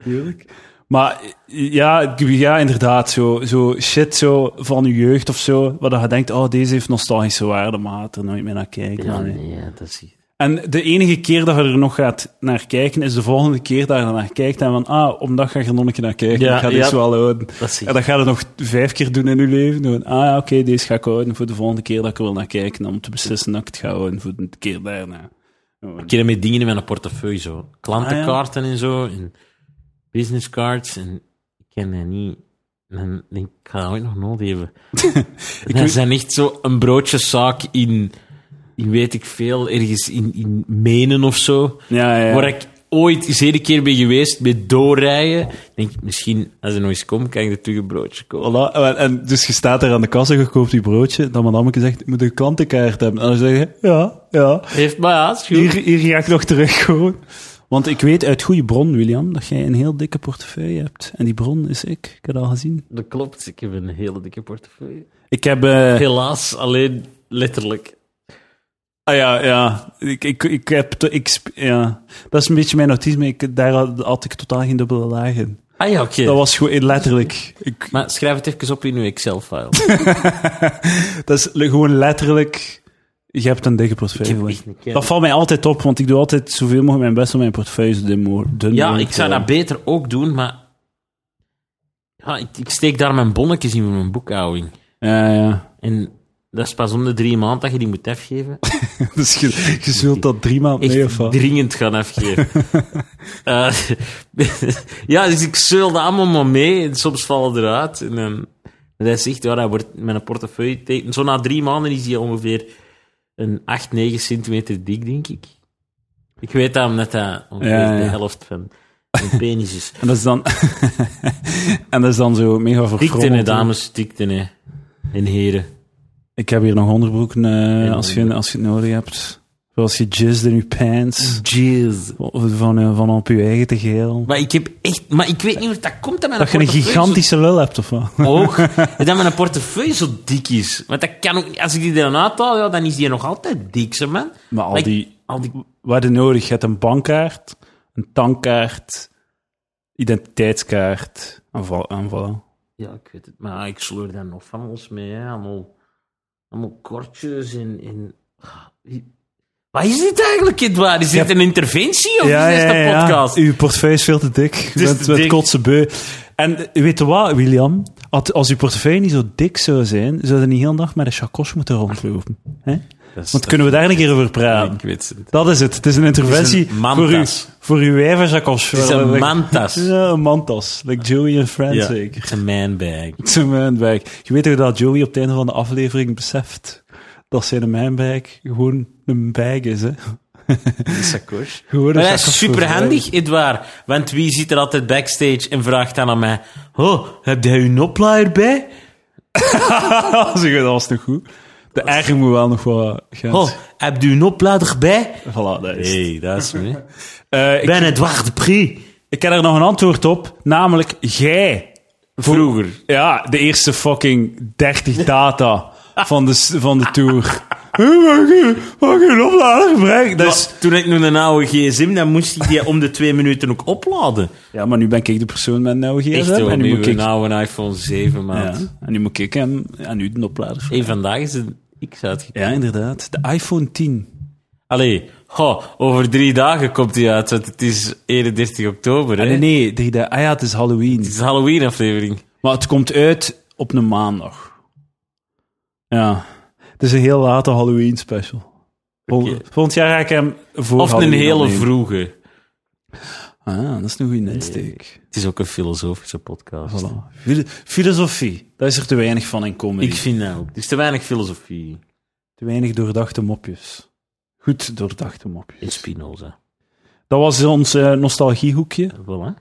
Tuurlijk. Maar ja, ik- ja inderdaad, zo, zo shit zo van je jeugd of zo, waar je denkt, oh, deze heeft nostalgische waarde, maar je gaat er nooit meer naar kijken. Ja, maar nee. nee, ja, dat is... En de enige keer dat je er nog gaat naar kijken, is de volgende keer dat je er naar kijkt. En van, ah, omdat ga je er nog een keer naar kijken, Ja, ik ga ja. deze wel houden. Dat is... En dat ga je nog vijf keer doen in je leven. Doen. Ah, ja, oké, deze ga ik houden voor de volgende keer dat ik er wil naar kijken, om te beslissen dat ik het ga houden voor de keer daarna. Ik heb met dingen in mijn portefeuille, zo. Klantenkaarten en zo, en business cards, en ik ken dat niet. En dan denk ik, ik ga dat ooit nog nodig hebben. ik dat weet- zijn echt zo een broodjeszaak in, in, weet ik veel, ergens in, in Menen of zo. Ja, ja, ja. Waar ik ooit eens een keer ben geweest, met doorrijden. Denk ik, misschien, als er nog eens komt, kan ik er terug een broodje kopen. Voilà. En, en dus je staat daar aan de kassa, je koopt je broodje, dan madameke zegt, moet een klantenkaart hebben. En dan zeg je, ja, ja. Heeft maar haast, goed. Hier, hier ga ik nog terug gewoon. Want ik weet uit goede bron, William, dat jij een heel dikke portefeuille hebt. En die bron is ik. Ik heb dat al gezien. Dat klopt, ik heb een hele dikke portefeuille. Ik heb... eh, Helaas, alleen letterlijk. Ah ja, ja. Ik, ik, ik heb... te- Ik, sp- ja. Dat is een beetje mijn autisme. Ik, daar had, had ik totaal geen dubbele laag in. Ah ja, oké. Dat was gewoon letterlijk... Ik, Maar schrijf het even op in uw Excel-file. dat is le- gewoon letterlijk... Je hebt een dikke portefeuille. gewoon. Dat valt mij altijd op, want ik doe altijd zoveel mogelijk mijn best om mijn portefeuille zo dun mo- dun ja, mogelijk ik zou te dat beter ook doen, maar... Ja, ik, ik steek daar mijn bonnetjes in voor mijn boekhouding. houden. Ja, ja. En dat is pas om de drie maanden dat je die moet afgeven. Dus je, je zult dat drie maanden Echt mee of wat? dringend gaan afgeven. Eh, ja, dus ik zeul dat allemaal maar mee. En soms vallen eruit. En dan... Maar hij zegt, ja, dat wordt mijn portefeuille... teken- Zo na drie maanden is die ongeveer een 8, 9 centimeter dik, denk ik. Ik weet dat omdat dat ongeveer Ja, ja. de helft van mijn penis is. En dat is dan, en dat is dan zo mega Dikte, hè, verfrommeld. dames. Dikte, hè. En heren. Ik heb hier nog onderbroeken eh, als, je, onderbroek. als je het nodig hebt. Zoals je jizz in je pants. Jeez. Of Van, eh, van op je eigen te geel. Maar ik heb echt... Maar ik weet niet hoe dat komt. Dat, mijn Dat je een portefeuille zo gigantische lul hebt of wat? hoog. En dat mijn portefeuille zo dik is. Want dat kan ook niet. Als ik die eraan uithaal, ja, dan is die nog altijd dik, zeg man. Maar al ik- die- Al die... Wat heb je nodig? Je hebt een bankkaart, een tankkaart, identiteitskaart. En vo- en voilà. Ja, ik weet het. Maar ik sleur daar nog van ons mee, hè. Allemaal, allemaal kortjes en... en... Ah, Wat is dit eigenlijk, Edouard? Is dit een interventie of is dit een podcast? Uw portefeuille is veel te dik. Je is bent te met dik. kotsen beu. En eh, weet je wat, William? Had- Als uw portefeuille niet zo dik zou zijn, zou je niet heel de dag met een chacos moeten rondlopen. Hè? Want kunnen we daar een keer over praten? Ik weet het. Dat is het. Het is een interventie Het is een mantas. voor, u, voor uw wijverzakos. Het is een mantas. Het is een mantas. Like Joey en Friends Ja, zeker. het is een manbag. Het is een manbag. Je weet toch dat Joey op het einde van de aflevering beseft dat zijn manbag gewoon een bag is, hè? Sakos. Gewoon een Maar dat zakos is voor Eh, superhandig, Edouard. Want wie zit er altijd backstage en vraagt dan aan mij... Oh, heb jij een oplaaier bij? vrouwen. Zeg, dat was nog goed. De eigen moet wel nog wat gaan. Oh, heb je een oplader bij? Voilà, dat is het. Nee, dat is me. Eh, Ik ik, ben Edouard de Prix. ik heb er nog een antwoord op, namelijk jij. Vroeger. Ja, de eerste fucking 30 data van de, van de tour. Huh, Mag je, mag je een oplader gebruiken? Dat is- Dus toen ik nog een oude gsm, dan moest ik die om de twee minuten ook opladen. Ja, maar nu ben ik de persoon met een oude gsm. Echt hoor, en, nu nu moet ik, een oude iPhone 7, ja, maat. en nu moet ik hem aan u de oplader Hey, vandaag is een X uitgekomen. Ja, inderdaad. De iPhone 10. Allee, goh, over drie dagen komt die uit, want het is 31 oktober, hè? Nee, nee, die, de, ah ja, het is Halloween. Het is een Halloween-aflevering. Maar het komt uit op een maandag. Ja. Het is een heel late Halloween special. Vol- Oké. Volgend jaar ga ik hem voor Of een Halloween hele opnemen. vroege. Ah, dat is een goede insteek. Het is ook een filosofische podcast. Voilà. Fil- Filosofie. Daar is er te weinig van in comedy. Ik vind dat ook. Er is te weinig filosofie Te weinig doordachte mopjes. Goed doordachte mopjes. in Spinoza. Dat was ons eh, nostalgiehoekje. Voilà.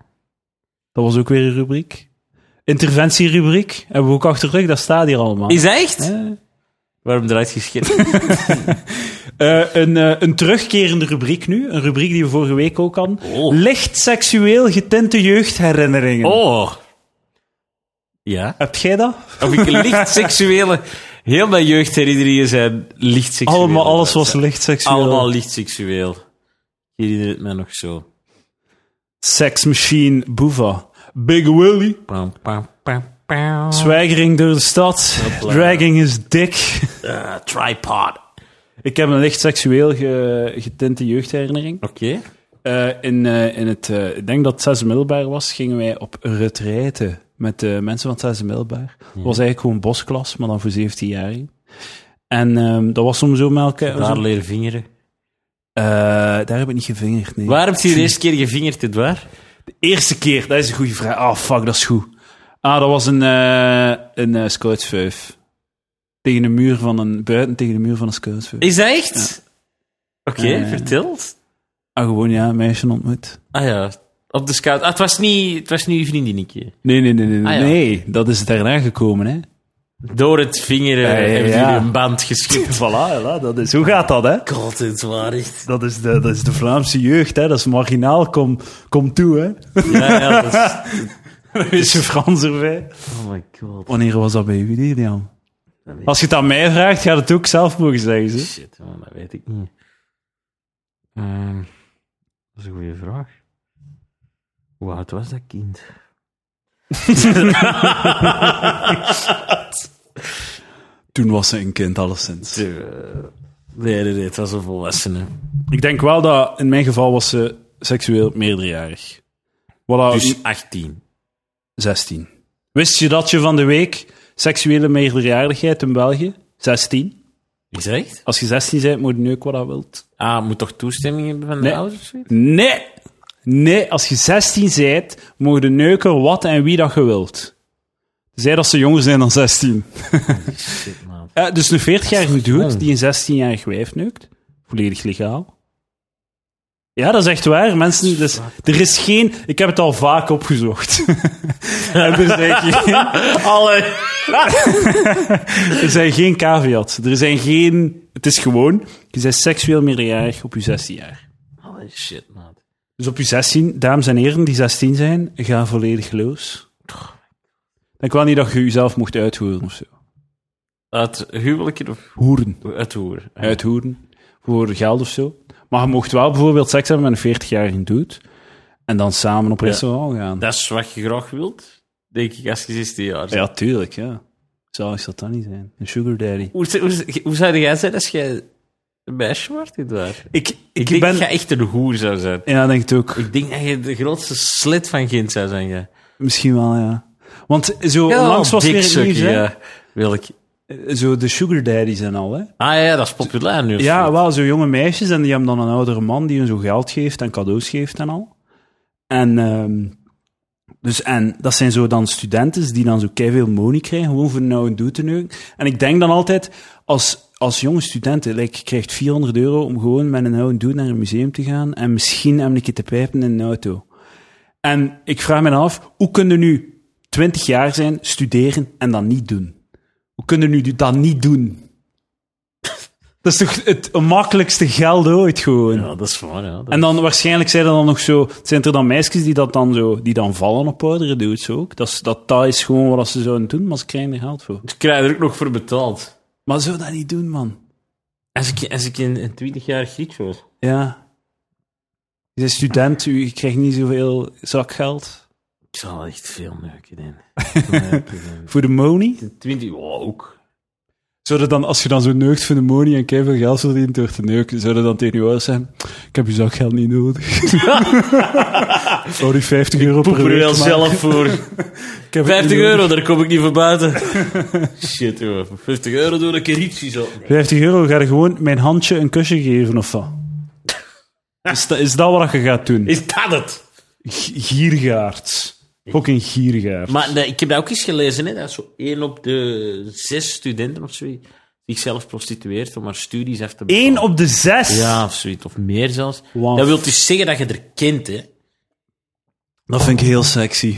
Dat was ook weer een rubriek. Interventierubriek hebben we ook achter de rug. Dat staat hier allemaal. Is dat echt? Eh, Waarom eruit geschikt? eh, een, eh, een terugkerende rubriek nu. Een rubriek die we vorige week ook hadden. Oh. Licht seksueel getinte jeugdherinneringen. Oh. Ja. Heb jij dat? Of ik licht seksuele... Heel mijn jeugdherinneringen zijn licht seksueel. Allemaal, alles Dat was zijn licht seksueel. Allemaal licht seksueel. Ik herinner het mij nog zo. Sex Machine Boeva. Big Willy. Pam, pam, pam, pam. Zwijgering door de stad. Hopla. Dragging is dik. Eh, tripod. Ik heb een licht seksueel ge- getinte jeugdherinnering. Oké. Eh, in, eh, in het, eh, ik denk dat het zesde middelbaar was, gingen wij op retraite met de mensen van het zesde middelbaar. Het was eigenlijk gewoon bosklas, maar dan voor 17 jaar. En ehm, dat was soms zo met elkaar. Daar zo- leren vingeren. Eh, daar heb ik niet gevingerd, nee. Waar heb je de eerste keer gevingerd, dit waar? Eerste keer, dat is een goede vraag. Ah, fuck, dat is goed. Ah, dat was een, eh een eh, scoutsvijf. Tegen de muur van een, buiten tegen de muur van een scoutsvijf. Is dat echt? Eh. Oké, Ja, ja, ja. vertel. Ah, gewoon ja, een meisje ontmoet. Ah ja, op de scout. Ah, het was niet, het was niet je vriendinnetje. Nee, nee, nee, nee, Ah, ja. nee. Dat is daarna gekomen, hè. Door het vingeren Ja, ja, ja. hebben jullie een band geschikt. Voilà, voilà, dat is... Hoe gaat dat, hè? God, het waar echt. Dat is de, dat is de Vlaamse jeugd, hè. Dat is marginaal, kom, kom toe, hè. Ja, Ah, ja, dat is- Dat is je Frans erbij. Oh my god. Wanneer was dat bij u, Lilian? Dat weet, Als je het aan mij vraagt, ga je het ook zelf mogen zeggen, ze. shit, man, dat weet ik niet. Ehm, dat is een goede vraag. Hoe oud was dat kind? Toen was ze een kind, alleszins. Nee, nee, nee, het was een volwassene. Ik denk wel dat, in mijn geval was ze seksueel meerderjarig. Voilà, Dus 18. 16. Wist je dat je van de week seksuele meerderjarigheid in België? 16. Is dat echt? Als je 16 bent, moet je nu ook wat dat wilt. Ah, moet toch toestemming hebben van de Nee. ouders of zoiets? Nee! Nee, als je 16 bent, mogen de neuken wat en wie dat je wilt. Zij dat ze jonger zijn dan 16. Shit, man. Eh, dus een 40-jarige dude jong. die een 16-jarig wijf neukt, volledig legaal. Ja, dat is echt waar. Mensen, dus, er is geen... Ik heb het al vaak opgezocht. en er zijn geen... Alle... Er zijn geen caveats. Er zijn geen... Het is gewoon, je bent seksueel meerderjarig op je 16 jaar. Holy shit, man. Dus op je 16, dames en heren die 16 zijn, ga volledig los. Ik wil niet dat je jezelf mocht uithoeren of zo. Uit huwelijken of Hoeren. uit hoer? Uithoeren. Voor geld of zo. Maar je mocht wel bijvoorbeeld seks hebben met een 40-jarige dude. En dan samen op restaurant gaan. Dat is wat je graag wilt, denk ik, als je 16 jaar bent. Ja, tuurlijk, ja. Zalig zou dat niet zijn. Een sugar daddy. Hoe, zou- hoe, zou- hoe zou jij zijn als jij een meisje wordt, nietwaar? Ik, Ik ik denk ben... dat je echt een hoer zou zijn. Ja, denk het ook. Ik denk dat je de grootste slit van kind zou zijn, ja. Misschien wel, ja. Want zo onlangs was dik weer het sukkie, nieuws, hè. ja. Wil ik... zo de sugar daddies en al, hè? Ah ja, dat is populair nu. of Ja, zo. wel, zo jonge meisjes en die hebben dan een oudere man die hun zo geld geeft en cadeaus geeft en al. En, ehm, dus, en dat zijn zo dan studenten die dan zo veel money krijgen, gewoon voor nou een oude doe te neuken. En ik denk dan altijd, als, als jonge studenten, like, je krijgt 400 euro om gewoon met een oude doe naar een museum te gaan en misschien hem een keer te pijpen in een auto. En ik vraag me dan af, hoe kun je nu 20 jaar zijn, studeren en dat niet doen? Hoe kun je nu dat niet doen? Dat is toch het makkelijkste geld ooit gewoon. Ja, dat is waar, ja. Dat- En dan waarschijnlijk zijn er dan nog zo, zijn er dan meisjes die dat dan zo, die dan vallen op oudere dudes ook. Dat is, dat, dat is gewoon wat ze zouden doen, maar ze krijgen er geld voor. Ik krijg er ook nog voor betaald. Maar zou dat niet doen, man? Als ik, als ik een, een 20-jarig grietje was. Ja. Je bent student, u- je krijgt niet zoveel zakgeld. Ik zal echt veel neuken in. Neuken in. Voor de money? 20, oh, ook. Zouden dan, als je dan zo neukt voor de money en keihard geld verdient door te neuken, zouden dan tegen je ouders zijn, ik heb je zakgeld niet nodig. Sorry, 50 euro per Poep er week, wel maar zelf voor. ik heb het niet 50 nodig. euro, daar kom ik niet voor buiten. Shit, joh. Voor 50 euro doe ik een rietje zo. 50 euro ga je gewoon mijn handje een kusje geven of wat? Is, dat- is dat wat je gaat doen? Is dat het? G- Giergaard. Fucking giergaard. Maar nee, ik heb dat ook eens gelezen, hè, dat zo 1 op de 6 studenten of zoiets zichzelf prostitueert om haar studies af te Eén op de zes? Ja, of zoiets. Of meer zelfs. Wauw. Dat wil dus zeggen dat je er kent, hè. Dat vind ik heel sexy.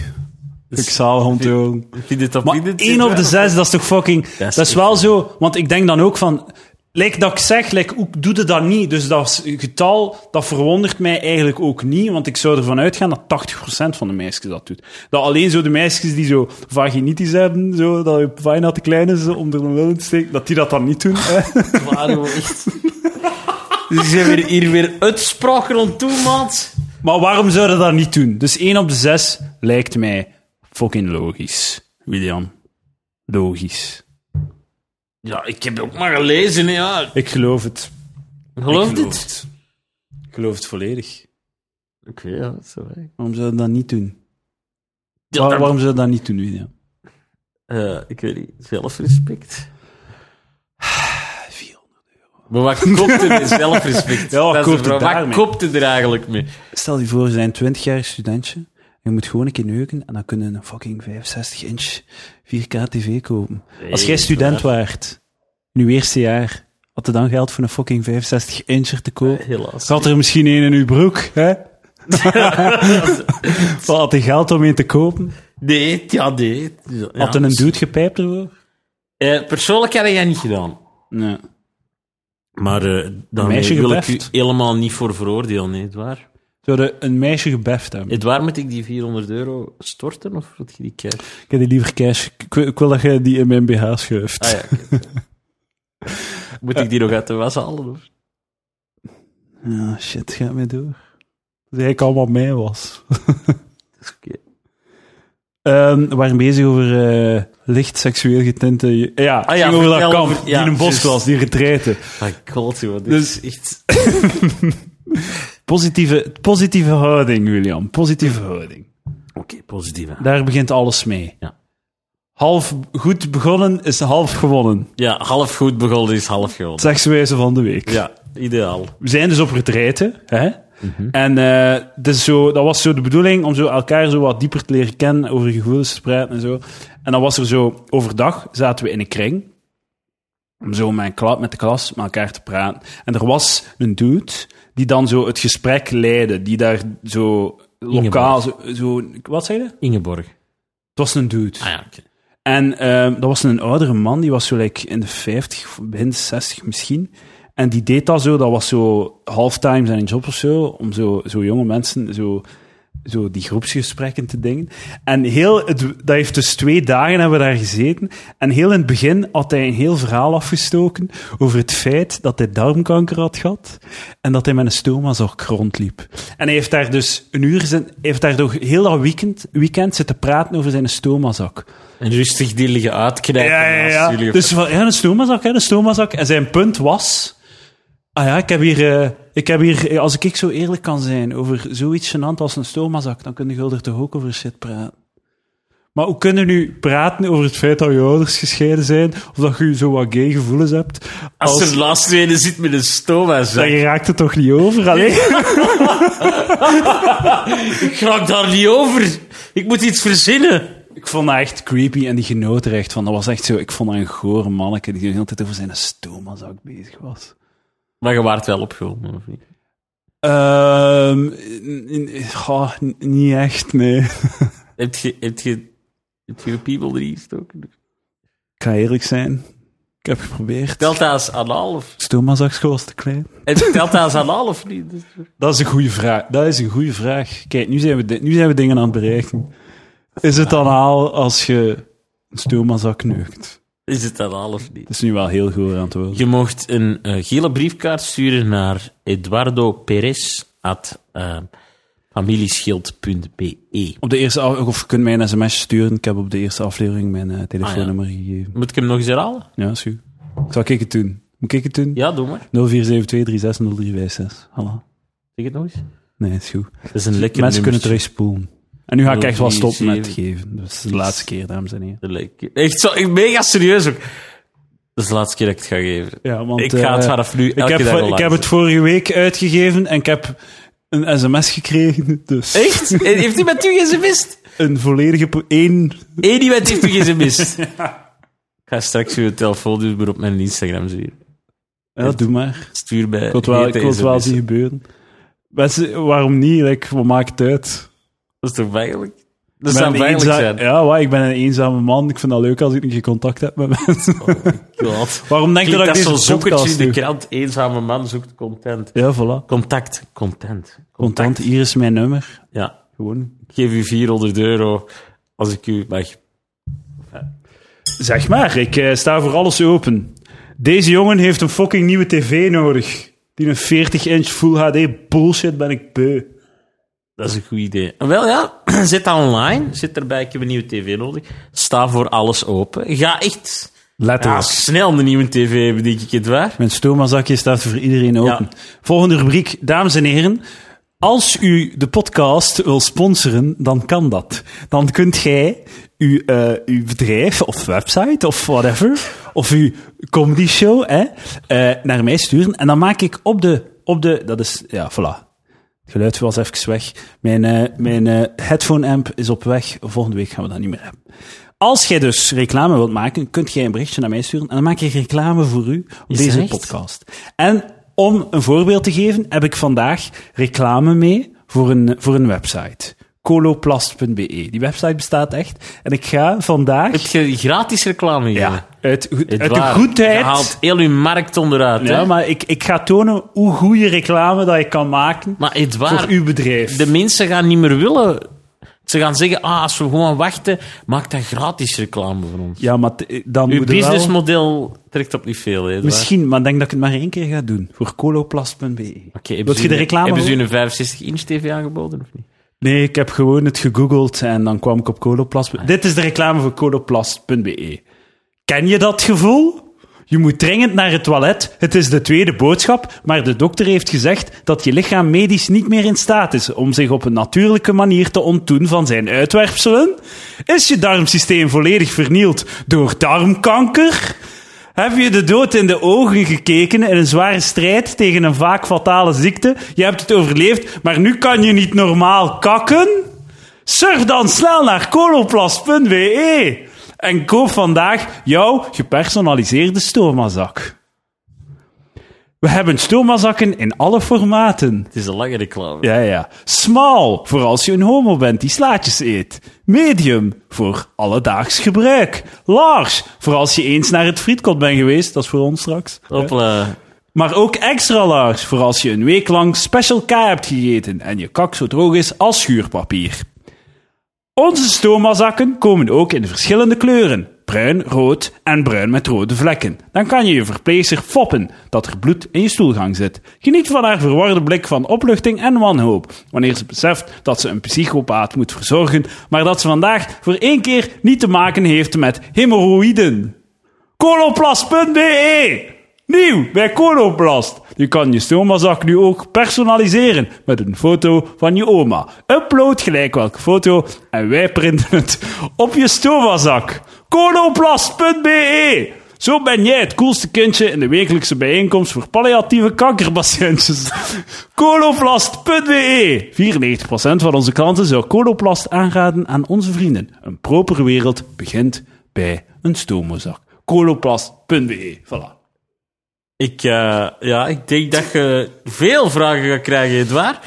Ik zalig om te horen. Vind je dat Maar één op de zes, dat is toch fucking... Dat is, is wel zo... Want ik denk dan ook van... Lijkt dat ik zeg, like, hoe doe je dat niet? Dus dat is- getal, dat verwondert mij eigenlijk ook niet. Want ik zou ervan uitgaan dat 80% van de meisjes dat doet. Dat alleen zo de meisjes die zo vaginitis hebben, zo, dat hun vagina te klein is om er een wil in te steken, dat die dat dan niet doen. hè. Waar, joh, echt. Dus zijn weer hier weer uitspraken rond toe, maat. maar waarom zouden dat niet doen? Dus één op de zes lijkt mij fucking logisch, William. Logisch. Ja, ik heb ook maar gelezen, hè, ja. Ik geloof het. Geloof Ik dit? het. Ik geloof het volledig. Oké, ja, sorry. Waarom zou je dat niet doen? Ja, Waar- daar- waarom zou je dat niet doen, William? eh, ik weet niet, zelfrespect. 400. Maar wat kopte er zelfrespect? Ja, wat Dat is de koopt het vraag. daarmee? Wat kopte er eigenlijk mee? Stel je voor, ze zijn 20 jaar studentje. En je moet gewoon een keer neuken en dan kunnen een fucking 65 inch 4K tv kopen. Als jij student waart, in je eerste jaar, had er dan geld voor een fucking 65 incher te kopen? Helaas. Zat er misschien één in uw broek, hè? Wat had hij geld om één te kopen? Nee, ja, nee. Ja, Had hij een dude gepijpt ervoor? Eh, persoonlijk had ik dat niet gedaan. Nee. Maar eh daar Meisje wil ik u gebeft. waar helemaal niet voor veroordelen, nee, Edouard. Zouden een meisje gebeft hebben? Edouard, moet ik die 400 euro storten of wat je die krijgt? Ik heb die liever cash. Ik wil, ik wil dat je die in mijn BH schuift. Ah ja. oké. moet ik die nog uit de was halen? Of? Ja, Ah, shit, gaat mij door. Dat is eigenlijk allemaal mij was. Dat is oké. Ehm, we waren bezig over eh licht seksueel getinte... ju- Ja, Ah ja, ging over dat vertel kamp, over- ja, die in een bos juist. was, die retraite. My god, joh, dit Dus- is echt... Positieve, positieve houding, William. Positieve houding. Oké, positief. hè. Daar begint alles mee. Ja. Half goed begonnen is half gewonnen. Ja, half goed begonnen is half gewonnen. Sekswijze van de week. Ja, ideaal. We zijn dus op retraite. Hè? En eh, het is zo, dat was zo de bedoeling om zo elkaar zo wat dieper te leren kennen, over gevoelens te praten en zo. En dan was er zo, overdag zaten we in een kring. Om zo met, een kla- met de klas met elkaar te praten. En er was een dude die dan zo het gesprek leidde. Die daar zo lokaal... Zo, zo- wat zei je? Het Ingeborg. was een dude. Ah ja, oké. En ehm, dat was een oudere man, die was zo like, in de 50, of begin de 60 misschien. En die deed dat zo, dat was zo halftime zijn job of zo, om zo, zo jonge mensen zo, zo die groepsgesprekken te dingen. En heel, het, dat heeft dus twee dagen hebben we daar gezeten. En heel in het begin had hij een heel verhaal afgestoken over het feit dat hij darmkanker had gehad en dat hij met een stoomazorg rondliep. En hij heeft daar dus een uur, zijn, hij heeft daar door heel dat weekend, weekend zitten praten over zijn stomazak. En rustig die liggen uitknijpen. Ja, ja, naast ja. jullie. Dus van, ja, een stoommazak, hè, een stoommazak. En zijn punt was... Ah ja, ik heb hier... eh, ik heb hier eh, als ik zo eerlijk kan zijn over zoiets gênant als een stoommazak, dan kunnen jullie er toch ook over shit praten. Maar hoe kunnen nu praten over het feit dat je ouders gescheiden zijn, of dat je zo wat gay gevoelens hebt, als, Als er laatst tweede zit met een stoma, dat zeg. je raakt het toch niet over? Allee. Ik raak daar niet over. Ik moet iets verzinnen. Ik vond dat echt creepy en die genoot er echt van. Dat was echt zo... Ik vond dat een gore manneke die de hele tijd over zijn stoommazak bezig was. Maar je waart wel opgewonden, of niet? Ehm, n- n- goh, n- niet echt, nee. Ik Heb je, heb je, heb je people erin gestoken? ga eerlijk zijn. Ik heb geprobeerd. Telt dat als anaal of... Stomazakschool was te klein. En telt dat als anaal of niet? Dus- Dat is een goede vraag. Dat is een goede vraag. Kijk, nu zijn we, di- nu zijn we dingen aan het bereiken. Is het dan al als je een stomazak neukt? Is het anaal of niet? Dat is nu wel heel goed aan het worden. Je mocht een eh, gele briefkaart sturen naar Eduardo Perez at eh, familieschild.be. Op de eerste af- of je kunt mij een sms sturen. Ik heb op de eerste aflevering mijn eh, telefoonnummer gegeven. Moet ik hem nog eens herhalen? Ja, is goed. Zal ik het doen? Moet ik het doen? Ja, doe maar. 0472360356. Hallo. Zeg het nog eens. Nee, is goed. Dat is een lekker Mensen kunnen nummertje. terugspoelen. En nu ga ik echt wel Drie, stoppen met zeven. geven. Dus de laatste keer, dames en heren. Dat leek- Echt zo, ik mega serieus ook. Dat is de laatste keer dat ik het ga geven. Ja, want, ik ga het eh, vanaf nu Ik elke heb, dag ik online heb het vorige week uitgegeven en ik heb een sms gekregen. Dus zetten. Echt? En Heeft iemand u gezemist? een volledige... pro- één... Eén iemand heeft u gezemist. Ik ga straks uw telefoonnummer op mijn Instagram zien. Ja, doe maar. Stuur bij Ik wil het wel, ik hete wil het wel SMS. zien gebeuren. Mensen, waarom niet? Like, wat maakt het uit? Dat is toch veilig? Dat Ik zou ben een veilig eenza- zijn. Ja, wat, ik ben een eenzame man. Ik vind dat leuk als ik niet in contact heb met mensen. God. Waarom denk je dat Klinkt ik dat deze zo'n podcast zoekertje in de doe? krant. Eenzame man zoekt content. Ja, voilà. Contact. Content. Contant, hier is mijn nummer. Ja. Gewoon. Ik geef u 400 euro als ik u mag. Zeg maar, ik eh, sta voor alles open. Deze jongen heeft een fucking nieuwe tv nodig. Die een 40-inch Full HD bullshit ben ik beu. Dat is een goed idee. Ah, Wel ja, zit dat online. Zit erbij, ik heb een nieuwe tv nodig. Sta voor alles open. Ga echt ja, Letterlijk. snel een nieuwe tv hebben, denk ik het waar. Mijn stoma-zakje staat voor iedereen open. Ja. Volgende rubriek, dames en heren. Als u de podcast wil sponsoren, dan kan dat. Dan kunt gij uw, eh, uw bedrijf of website of whatever, of uw comedy show hè, eh, naar mij sturen. En dan maak ik op de, op de, dat is, ja, voilà. Het geluid was even weg. Mijn, eh, mijn eh, headphone amp is op weg. Volgende week gaan we dat niet meer hebben. Als jij dus reclame wilt maken, kunt jij een berichtje naar mij sturen en dan maak ik reclame voor u op Is dat deze echt? podcast. En om een voorbeeld te geven, heb ik vandaag reclame mee voor een, voor een website. coloplast.be. E. Die website bestaat echt. En ik ga vandaag Heb je gratis reclame gedaan? ja, uit, uit de Edouard, Je goedheid... haalt heel uw markt onderuit. Ja, hè? maar ik, ik ga tonen hoe goede reclame dat je kan maken Maar voor Edouard, uw bedrijf. de mensen gaan niet meer willen. Ze gaan zeggen, ah, als we gewoon wachten, maak dan gratis reclame voor ons. Ja, maar t- eh, dan Uw moet je wel... businessmodel trekt op niet veel. Hè, Edouard. Misschien, maar ik denk dat ik het maar één keer ga doen. Voor coloplast.be. Oké, hebben E. Wilt ze je de u- reclame Hebben ze u horen? een 65-inch TV aangeboden of niet? Nee, ik heb gewoon het gegoogeld en dan kwam ik op coloplast. Ah. Dit is de reclame voor coloplast.be. Ken je dat gevoel? Je moet dringend naar het toilet. Het is de tweede boodschap, maar de dokter heeft gezegd dat je lichaam medisch niet meer in staat is om zich op een natuurlijke manier te ontdoen van zijn uitwerpselen. Is je darmsysteem volledig vernield door darmkanker? Heb je de dood in de ogen gekeken in een zware strijd tegen een vaak fatale ziekte? Je hebt het overleefd, maar nu kan je niet normaal kakken? Surf dan snel naar coloplast.be E en koop vandaag jouw gepersonaliseerde stomazak. We hebben stomazakken in alle formaten. Het is een lange reclame. Ja, ja. Small, voor als je een homo bent die slaatjes eet. Medium, voor alledaags gebruik. Large, voor als je eens naar het frietkot bent geweest. Dat is voor ons straks. Hopla. Maar ook extra large, voor als je een week lang Special K hebt gegeten en je kak zo droog is als schuurpapier. Onze stomazakken komen ook in verschillende kleuren. Bruin, rood en bruin met rode vlekken. Dan kan je je verpleegster foppen dat er bloed in je stoelgang zit. Geniet van haar verwarde blik van opluchting en wanhoop. Wanneer ze beseft dat ze een psychopaat moet verzorgen, maar dat ze vandaag voor één keer niet te maken heeft met hemorroïden. Coloplast.be E. Nieuw bij Coloplast. Je kan je stomazak nu ook personaliseren met een foto van je oma. Upload gelijk welke foto en wij printen het op je stomazak. Coloplast.be Zo ben jij het coolste kindje in de wekelijkse bijeenkomst voor palliatieve kankerpatiëntjes. Coloplast.be 94% E. van onze klanten zou Coloplast aanraden aan onze vrienden. Een propere wereld begint bij een stomazak coloplast.be. E. Voilà. Ik, eh, ja, ik denk dat je veel vragen gaat krijgen, Edouard.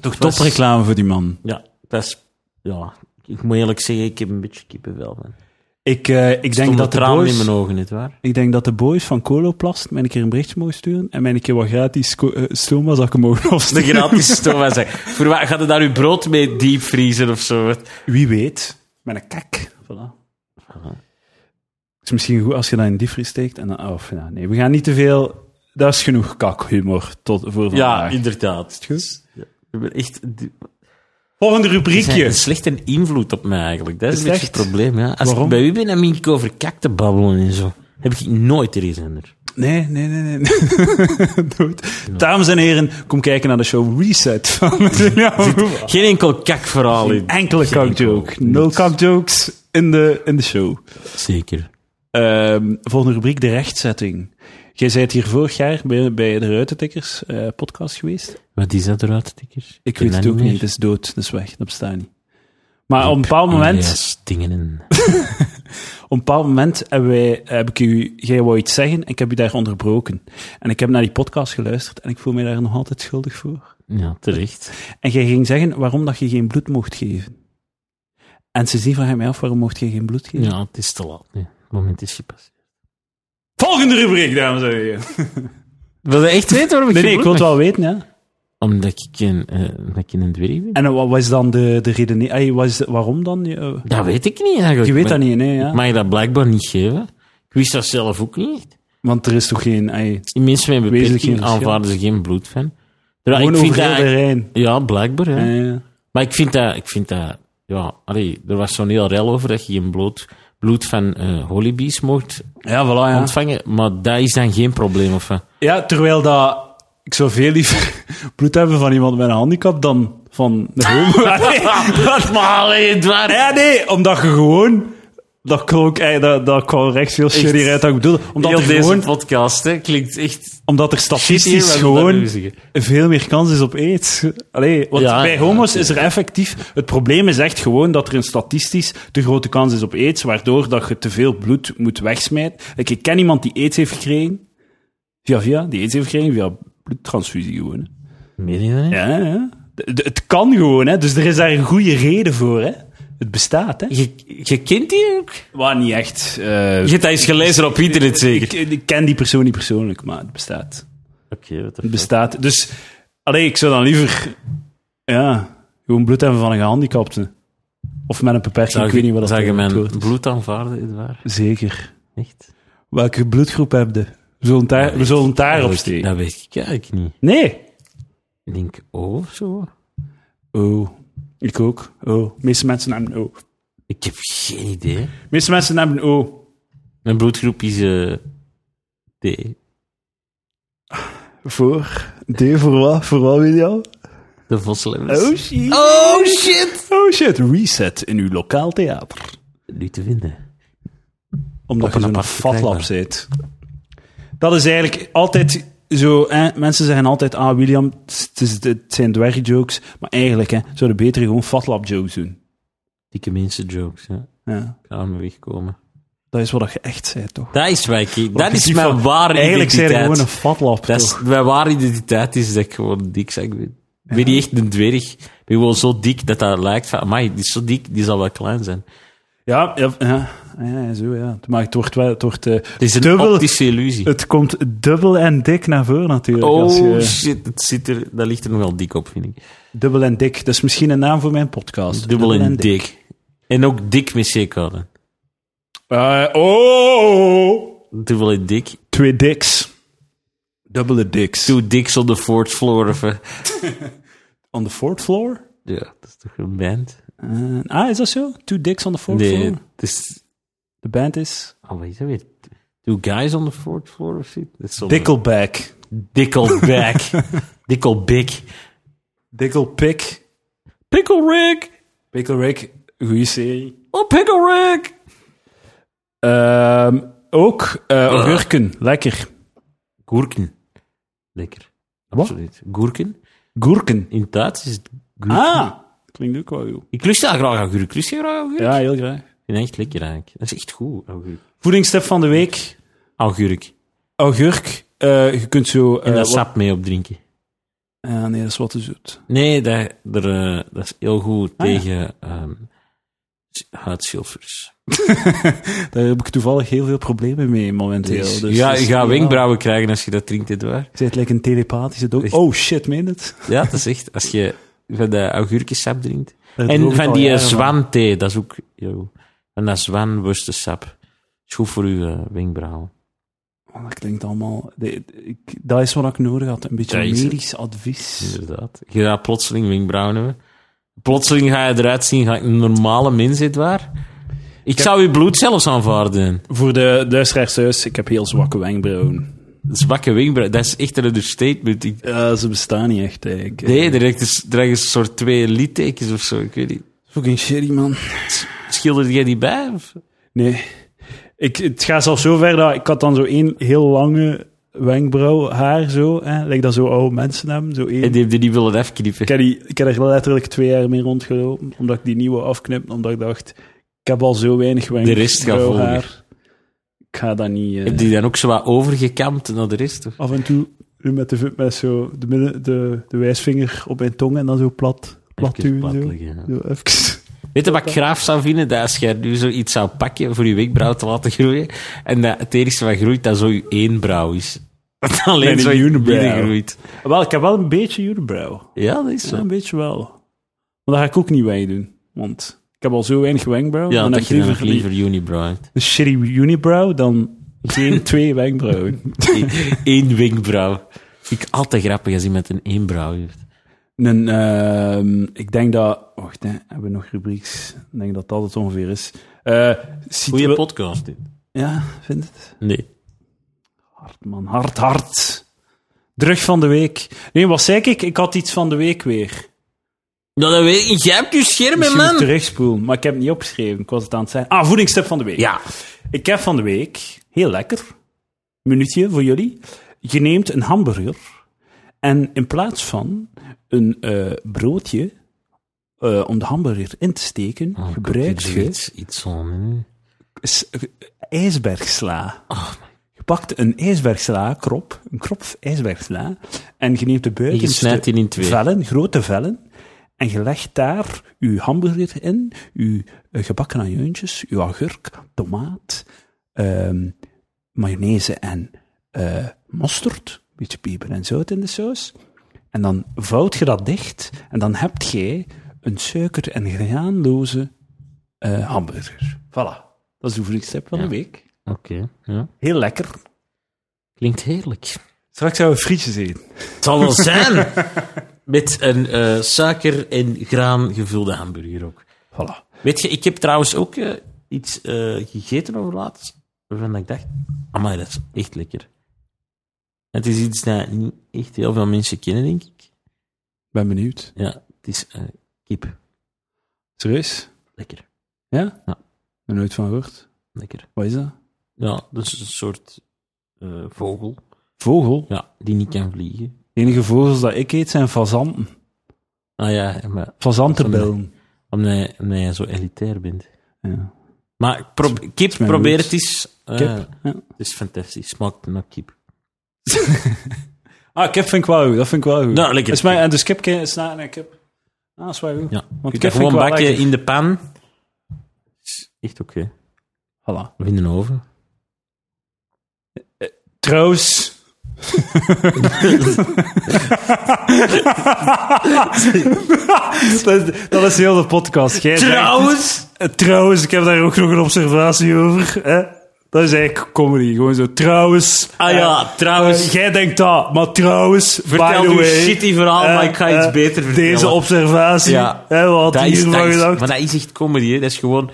Toch topreclame voor die man. Ja, dat is... Ja, ik moet eerlijk zeggen, ik heb een beetje kippenvel. Man. Ik, eh, ik, denk Stond dat de tranen in boys, mijn ogen, Edouard. ik denk dat de boys van Coloplast mij een keer een berichtje mogen sturen en mij een keer wat gratis co- eh, stomazakken mogen De afsturen. gratis stoma zijn. Voor wat, gaat het daar uw brood mee diepvriezen of zo? Wat? Wie weet. Met een kak. Voilà. Het is misschien goed als je dat in die diepvries steekt. En dan, oh, of, ja, nee, we gaan niet te veel... Dat is genoeg kakhumor tot, voor Ja, vandaag. inderdaad. goed? Ja, ik ben echt... die- Volgende Ze hebben rubriekje. een slechte invloed op mij eigenlijk. Dat is, Is een beetje echt? het probleem. Ja. Als Waarom? ik bij u ben, dan ben ik over kak te babbelen en zo. Heb ik nooit er iets zender. Nee, nee, nee, nee. Dood. Dames en heren, kom kijken naar de show Reset van Julian Boeman. Geen enkel kakverhaal in. Enkele Geen kakjoke. enkel. Nul kakjokes in de, in de show. Zeker. Ehm, volgende rubriek, de rechtzetting. Jij bent hier vorig jaar bij, bij de Ruitentikkers eh, podcast geweest. Wat is dat eruit, tikkers? Ik weet het ook niet. Het is dood. Het is weg. Dat bestaat niet. Maar op een bepaald Oh, moment, Dingen in. op een bepaald moment hebben wij, heb ik u, jij wou iets zeggen en ik heb u daar onderbroken. En ik heb naar die podcast geluisterd en ik voel me daar nog altijd schuldig voor. Ja, terecht. En jij ging zeggen waarom dat je geen bloed mocht geven. En sindsdien vraag ik mij af waarom mocht je geen bloed geven. Ja, het is te laat nu. Het moment is gepasseerd. Volgende rubriek, dames en heren. Wil je echt weten waarom ik Nee, nee, ik wil het wel weten, ja. Omdat ik een, eh, omdat ik een dwerg ben? En wat was dan de, de reden? Ay, was, waarom dan? Je, eh, Dat weet ik niet eigenlijk. je weet dat Maar- niet, nee, ja. Mag je dat blijkbaar niet geven? Ik wist dat zelf ook niet. Want er is toch geen... Ay, Die mensen met een Wezenlijk geen beperking verschil. aanvaarden ze geen bloed van. Terwijl gewoon ik over vind heel dat de eigenlijk- Rijn. Ja, blijkbaar. Ja. Ja, ja. Maar ik vind dat, ik vind dat ja, allee, er was zo'n heel rel over dat je geen bloed, bloed van eh holibies mocht Ja, voilà, ja. ontvangen, maar dat is dan geen probleem. Of, wat? Ja, terwijl dat ik zou veel liever bloed hebben van iemand met een handicap dan van een homo. Allee, dat- maar allee, Edouard. ja, nee, omdat je gewoon... Dat klonk, eh, dat, dat kwam rechts heel shitty uit dat ik bedoel. Omdat, Heel er, deze gewoon, podcast hè, klinkt echt omdat er shitty, statistisch maar dat gewoon wil zeggen. veel meer kans is op aids. Allee, want Ja, bij ja, homo's is er effectief... Het probleem is echt gewoon dat er een statistisch te grote kans is op aids, waardoor dat je te veel bloed moet wegsmijten. Kijk, ik ken iemand die aids heeft gekregen, via via, die aids heeft gekregen via bloedtransfusie gewoon. hè. Meen je dat niet? Ja, ja. De- de- het kan gewoon, hè. Dus er is daar een goede reden voor, hè. Het bestaat, hè. Je, je kent die ook? Waar niet echt... eh, Je hebt dat eens gelezen op internet zeker? ik, ik ken die persoon niet persoonlijk, maar het bestaat. Oké, wat Het bestaat. Dus, alleen ik zou dan liever... Ja, gewoon bloed hebben van een gehandicapte. Of met een beperking, ik weet niet wat dat Zou je mijn woord is. bloed aanvaarden, Edouard? Zeker. Echt? Welke bloedgroep heb je? We zullen het daar, we zullen het daar op Dat weet- steken. Dat weet ik eigenlijk niet. Nee. Ik denk O of zo. Oh. Ik ook. Oh. De meeste mensen hebben een O. De Ik heb geen idee. meeste mensen hebben een O. Mijn bloedgroep is eh D. Voor? D voor wat? Voor wat, William? De Vosselemmers. Oh shit. Oh, shit! Oh shit. Reset in uw lokaal theater. Nu te vinden. Omdat Op je een zo'n apart fatlap zit. Dat is eigenlijk altijd zo... Hè? Mensen zeggen altijd, ah William, het, is, het zijn dwergjokes. Maar eigenlijk hè, zouden beter gewoon fatlap jokes doen. Dikke mensen jokes, hè. Ja. Gaan we wegkomen. Dat is wat je echt zei, toch? Dat is waar ik- Dat je is ziet mijn van- ware Eigenlijk zijn je identiteit. gewoon een fatlap, Dat toch? is, mijn ware identiteit is dat ik gewoon dik zak ben. Ik ben niet echt een dwerg. Ik ben gewoon zo dik dat dat lijkt van... Amai, die is zo dik, die zal wel klein zijn. Ja, ja, ja, ja, ja, zo ja. Maar het wordt wel... Het, wordt, eh, Het is een dubbel, optische illusie. het komt dubbel en dik naar voren natuurlijk. als oh je, shit, het zit er, dat ligt er nogal dik op, vind ik. Dubbel en dik. Dat is misschien een naam voor mijn podcast. Dubbel en dik. En ook dik met ck dan. Eh, oh! Dubbel en dik. Twee diks. Dubbele diks. Two dicks on the fourth floor. Of, eh, On the fourth floor? ja, dat is toch een band? Eh, ah, is dat zo? Two dicks on the fourth Nee, floor? het is... De band is... Oh, wat is dat weer? Two guys on the fourth floor of zoiets? Dat is zo'n- Dickleback. Dikkelback. Dikkelbik. Dicklepick. Pickle Rick. Pickle Rick. Goeie serie. Oh, Pickle Rick. Ehm, ook eh Ah. augurken. Lekker. Goerken. Lekker. Absoluut. Goerken. Goerken. In het Duits is het goerken. Ah! Klinkt ook wel goed. Ik lust daar graag aan gurk. Lust je graag aan gurk? Ja, heel graag. Ik vind het echt lekker eigenlijk. Dat is echt goed, augurk. Voedingstip van de week. Augurk. Augurk. Eh, je kunt zo... eh, En daar Ah, wat- sap mee opdrinken. Ah, nee, dat is wat te zoet. Nee, dat, er, eh, dat is heel goed Ah, ja. tegen ehm huidschilfers. Daar heb ik toevallig heel veel problemen mee momenteel. Dus, dus ja, dat je is gaat niet wenkbrauwen krijgen als je dat drinkt, Edouard. waar. Je bent like een telepathische dood. Echt. Oh shit, meen het? Ja, dat is echt. Als je van de augurkensap drinkt. Daar droom En ik al van die eh, jaren zwanthee, dat is ook... Yo, van dat zwanworstensap. Is goed voor uw eh, wenkbrauwen. Oh, dat klinkt allemaal... de- de- ik- dat is wat ik nodig had. Een beetje Ja, is het. medisch advies. Inderdaad. Je gaat plotseling wenkbrauwen hebben. Plotseling ga je eruit zien, ga ik een normale mens, Edouard. Ik zou uw bloed zelfs aanvaarden. Voor de luisteraars thuis, ik heb heel zwakke wenkbrauwen. Zwakke wenkbrauwen, dat is echt een understatement. Ik, Ja, ze bestaan niet echt, eh, eigenlijk. nee, direct is, er is een soort twee littekens of zo, ik weet niet. Fucking shitty, man. Schilderde jij die bij? Of? Nee. Ik, het gaat zelfs zo ver dat ik had dan zo één heel lange wenkbrauw haar, zo. Hè, like dat zo oude mensen hebben. Zo één En die heb je niet willen afknippen. Ik heb, die, ik heb er letterlijk twee jaar mee rondgelopen, omdat ik die nieuwe afknip, omdat ik dacht, ik heb al zo weinig wenk. De rest gaat blauw volgen. haar. Ik ga dat niet... eh, Heb je die dan ook zo wat overgekampt naar de rest? Of? Af en toe met, de, met zo de, midden, de, de wijsvinger op mijn tong en dan zo plat, plat Even duwen. Zo. liggen, ja. Zo even. Weet je wat ik graaf zou vinden? Dat als jij nu zoiets zou pakken voor je wenkbrauw te laten groeien, en dat het enige wat groeit, dat zo je één brauw is. Dat alleen Mijn zo unibrow. binnen groeit. Wel, ik heb wel een beetje unibrow. Ja, dat is Ja, zo. een beetje wel. Maar dat ga ik ook niet weg doen, want ik heb al zo weinig wenkbrauw. Ja, dan dat heb je ik dan nog liever unibrow hebt. een shitty unibrow dan geen twee wenkbrauwen. Eén wenkbrauw. Vind ik altijd grappig als iemand een één brauw heeft. Een, ehm, ik denk dat... Wacht, hè, hebben we nog rubrieks? Ik denk dat dat het ongeveer is. Eh Goeie situa- podcast, dit. Ja, vind het? Nee. Hard, man. Hard, hard. Drug van de week. Nee, wat zei ik? Ik had iets van de week weer. Dat weet ik niet. Jij hebt je scherm, in, Misschien moet ik man. terugspoelen, maar ik heb het niet opgeschreven. Ik was het aan het zeggen. Ah, voedingstip van de week. Ja. Ik heb van de week, heel lekker, minuutje voor jullie. Je neemt een hamburger en in plaats van een eh, broodje eh, om de hamburger in te steken, Oh, gebruik ik je iets, iets van. s- eh, ijsbergsla. Oh, Je pakt een ijsbergsla, krop, een krop ijsbergsla, en je neemt de En je snijdt buitenste die in twee. vellen, grote vellen, en je legt daar uw hamburger in, uw eh, gebakken ajuintjes, uw agurk, tomaat, ehm, mayonaise en eh mosterd, een beetje peper en zout in de saus. En dan vouw je dat dicht en dan heb je een suiker- en graanloze eh, hamburger. Voilà. Dat is de voedingstip van Ja. de week. Oké, ja. Heel lekker. Klinkt heerlijk. Straks zouden we frietjes eten. Het zal wel zijn. Met een eh, suiker- en graan gevulde hamburger ook. Voilà. Weet je, ik heb trouwens ook eh, iets eh, gegeten over laatst. Waarvan ik dacht, amai, dat is echt lekker. Het is iets dat niet echt heel veel mensen kennen, denk ik. Ben benieuwd. Ja, het is eh, kip. Serieus? Lekker, Ja? Ja. Er nooit van gehoord. lekker. Wat is dat? Ja, dat is een soort eh, vogel. Vogel. Ja, die niet kan vliegen. De enige vogels dat ik eet zijn fazanten. Ah ja, maar Fazantenbellen. omdat je, omdat je zo elitair bent. Ja. Maar pro- kip, mijn probeer roots. het eens. Eh, Kip. Ja. Het is fantastisch. Smaakt naar kip. Ah, kip vind ik wel goed. Dat vind ik wel goed. Nou, lekker. Is mij, en dus kip ken je snaken en kip. Ah, dat is wel goed. Ja. Want kip je kunt gewoon vind ik wel bakken lekker. in de pan. Is Echt oké. Voilà. Of in de oven. Trouwens. dat, is- dat is heel de podcast. Jij zegt- Trouwens! Eh, Trouwens, ik heb daar ook nog een observatie over. Hè? Dat is eigenlijk comedy. Gewoon zo, trouwens. Ah ja, trouwens. Eh, Jij denkt dat, maar trouwens, by Vertel the uw way, shitty verhaal, eh, maar ik ga iets eh, beter vertellen. Deze observatie, Ja. hè, wat Dat is, dat hiervan is- gedacht. maar dat is echt comedy. Hè. Dat is gewoon...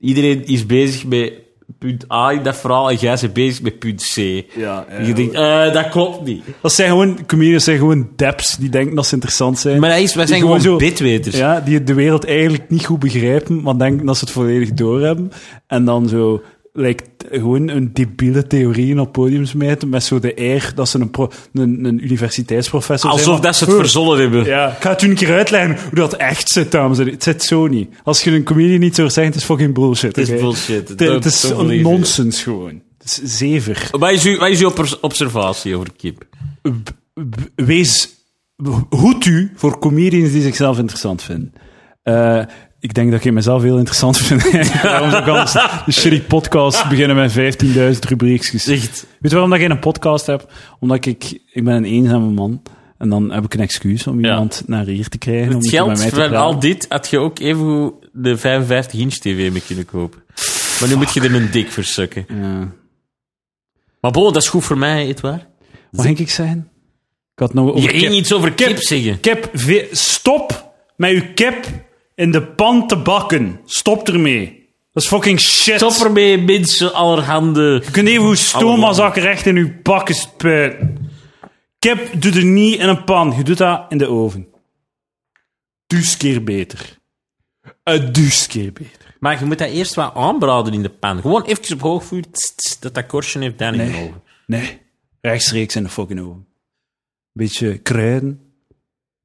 Iedereen is bezig met punt A in dat verhaal en jij bent bezig met punt C. Ja, ja. En je denkt, eh, dat klopt niet. Dat zijn gewoon, comedians zijn gewoon deps die denken dat ze interessant zijn. Maar dat is, dus. wij zijn gewoon gewoon, zo- bitweters. ja, die de wereld eigenlijk niet goed begrijpen, maar denken dat ze het volledig doorhebben. En dan zo, lijkt gewoon een debiele theorieën op podium smijten met zo de eer dat ze een, pro- een, een universiteitsprofessor zijn. Alsof maar- dat ze het "Huh, verzonnen hebben. Ja, ik ga het u een keer uitleggen hoe dat echt zit, dames en heren. Het zit zo niet. Als je een comedian niet zou zeggen, het is fucking bullshit. Het is oké? Het, bullshit. het is Dat- dat een believe ik. nonsens gewoon. Het is zever. Wat is, uw, wat is uw pers- observatie over kip? B- b- Wees hoed u voor comedians die zichzelf interessant vinden. Eh, ik denk dat ik mezelf heel interessant vind. Daarom zou ik anders de shitty podcast beginnen met 15.000 rubriekjes. Weet Echt. je waarom dat ik geen podcast heb? Omdat ik, ik ben een eenzame man. En dan heb ik een excuus om Ja. iemand naar hier te krijgen. om Het een keer geld met mij te van praten. al dit had je ook even goed de 55 inch tv mee kunnen kopen. Maar nu moet je er een dik voor sukken. Ja. Maar bon, dat is goed voor mij, etwaar. Wat ging ik zijn? Ik had nog Je over ging kip. iets over kip zeggen. Kip, ve- stop met uw kip in de pan te bakken. Stop ermee. Dat is fucking shit. Stop ermee, mensen, allerhande. Je kunt even uw stoomazakken recht in uw bakken spuiten. Kip doet er niet in een pan. Je doet dat in de oven. Dus keer beter. Een dus keer beter. Maar je moet dat eerst wat aanbraden in de pan. Gewoon even op hoog vuur, tss, tss, dat dat korstje heeft daar niet Nee. over. Nee. Rechtstreeks in de fucking oven. Beetje kruiden.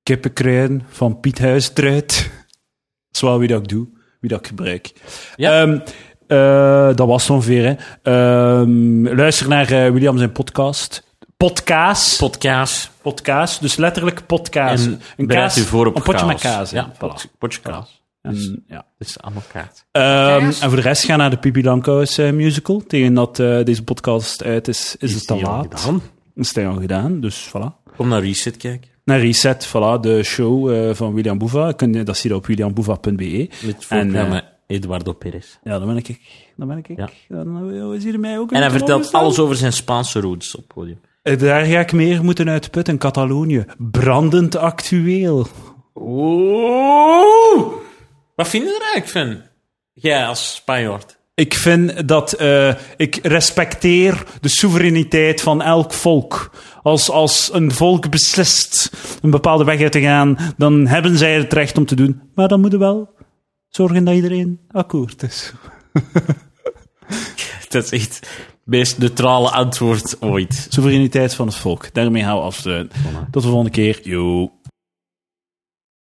Kippenkruiden van Piet Huistruit. Dat is wel wie dat ik doe. Wie dat ik gebruik. Ja. Ehm, eh, dat was het ongeveer. Hè. Ehm, luister naar eh, William zijn podcast. Podcast. Potkaas. Podcast, dus letterlijk podcast. En bereid u voor op een potje kaas. met kaas. hè. Ja, Dus- Voilà. potje, potje kaas. En, ja. Dat is allemaal kaas. Ehm, en voor de rest, ga naar de Pipi Langkous eh, musical. Tegen dat eh, deze podcast uit is, is, het die al al laat. gedaan? Is het al gedaan, dus voilà. Kom naar Reset kijken. Naar Reset, voilà, de show eh, van William Boeva. Kun je- Dat zie je op williamboeva.be. Met En, eh, voorprogramma Eduardo Perez. Ja, dan ben ik. Dan ben ik. Ja. Dan eh, is hier mij ook En hij een vertelt opgestaan. alles over zijn Spaanse roots op het podium. Eh, Daar ga ik meer moeten uitputten. Catalonië. Brandend actueel. Oeh! Wat vind je er eigenlijk van? Jij als Spanjaard. Ik vind dat eh, ik respecteer de soevereiniteit van elk volk. Als, als een volk beslist een bepaalde weg uit te gaan, dan hebben zij het recht om te doen. Maar dan moeten we wel zorgen dat iedereen akkoord is. Dat is echt het meest neutrale antwoord ooit. Soevereiniteit van het volk. Daarmee gaan we afsluiten. Tot de eh, volgende keer. Yo.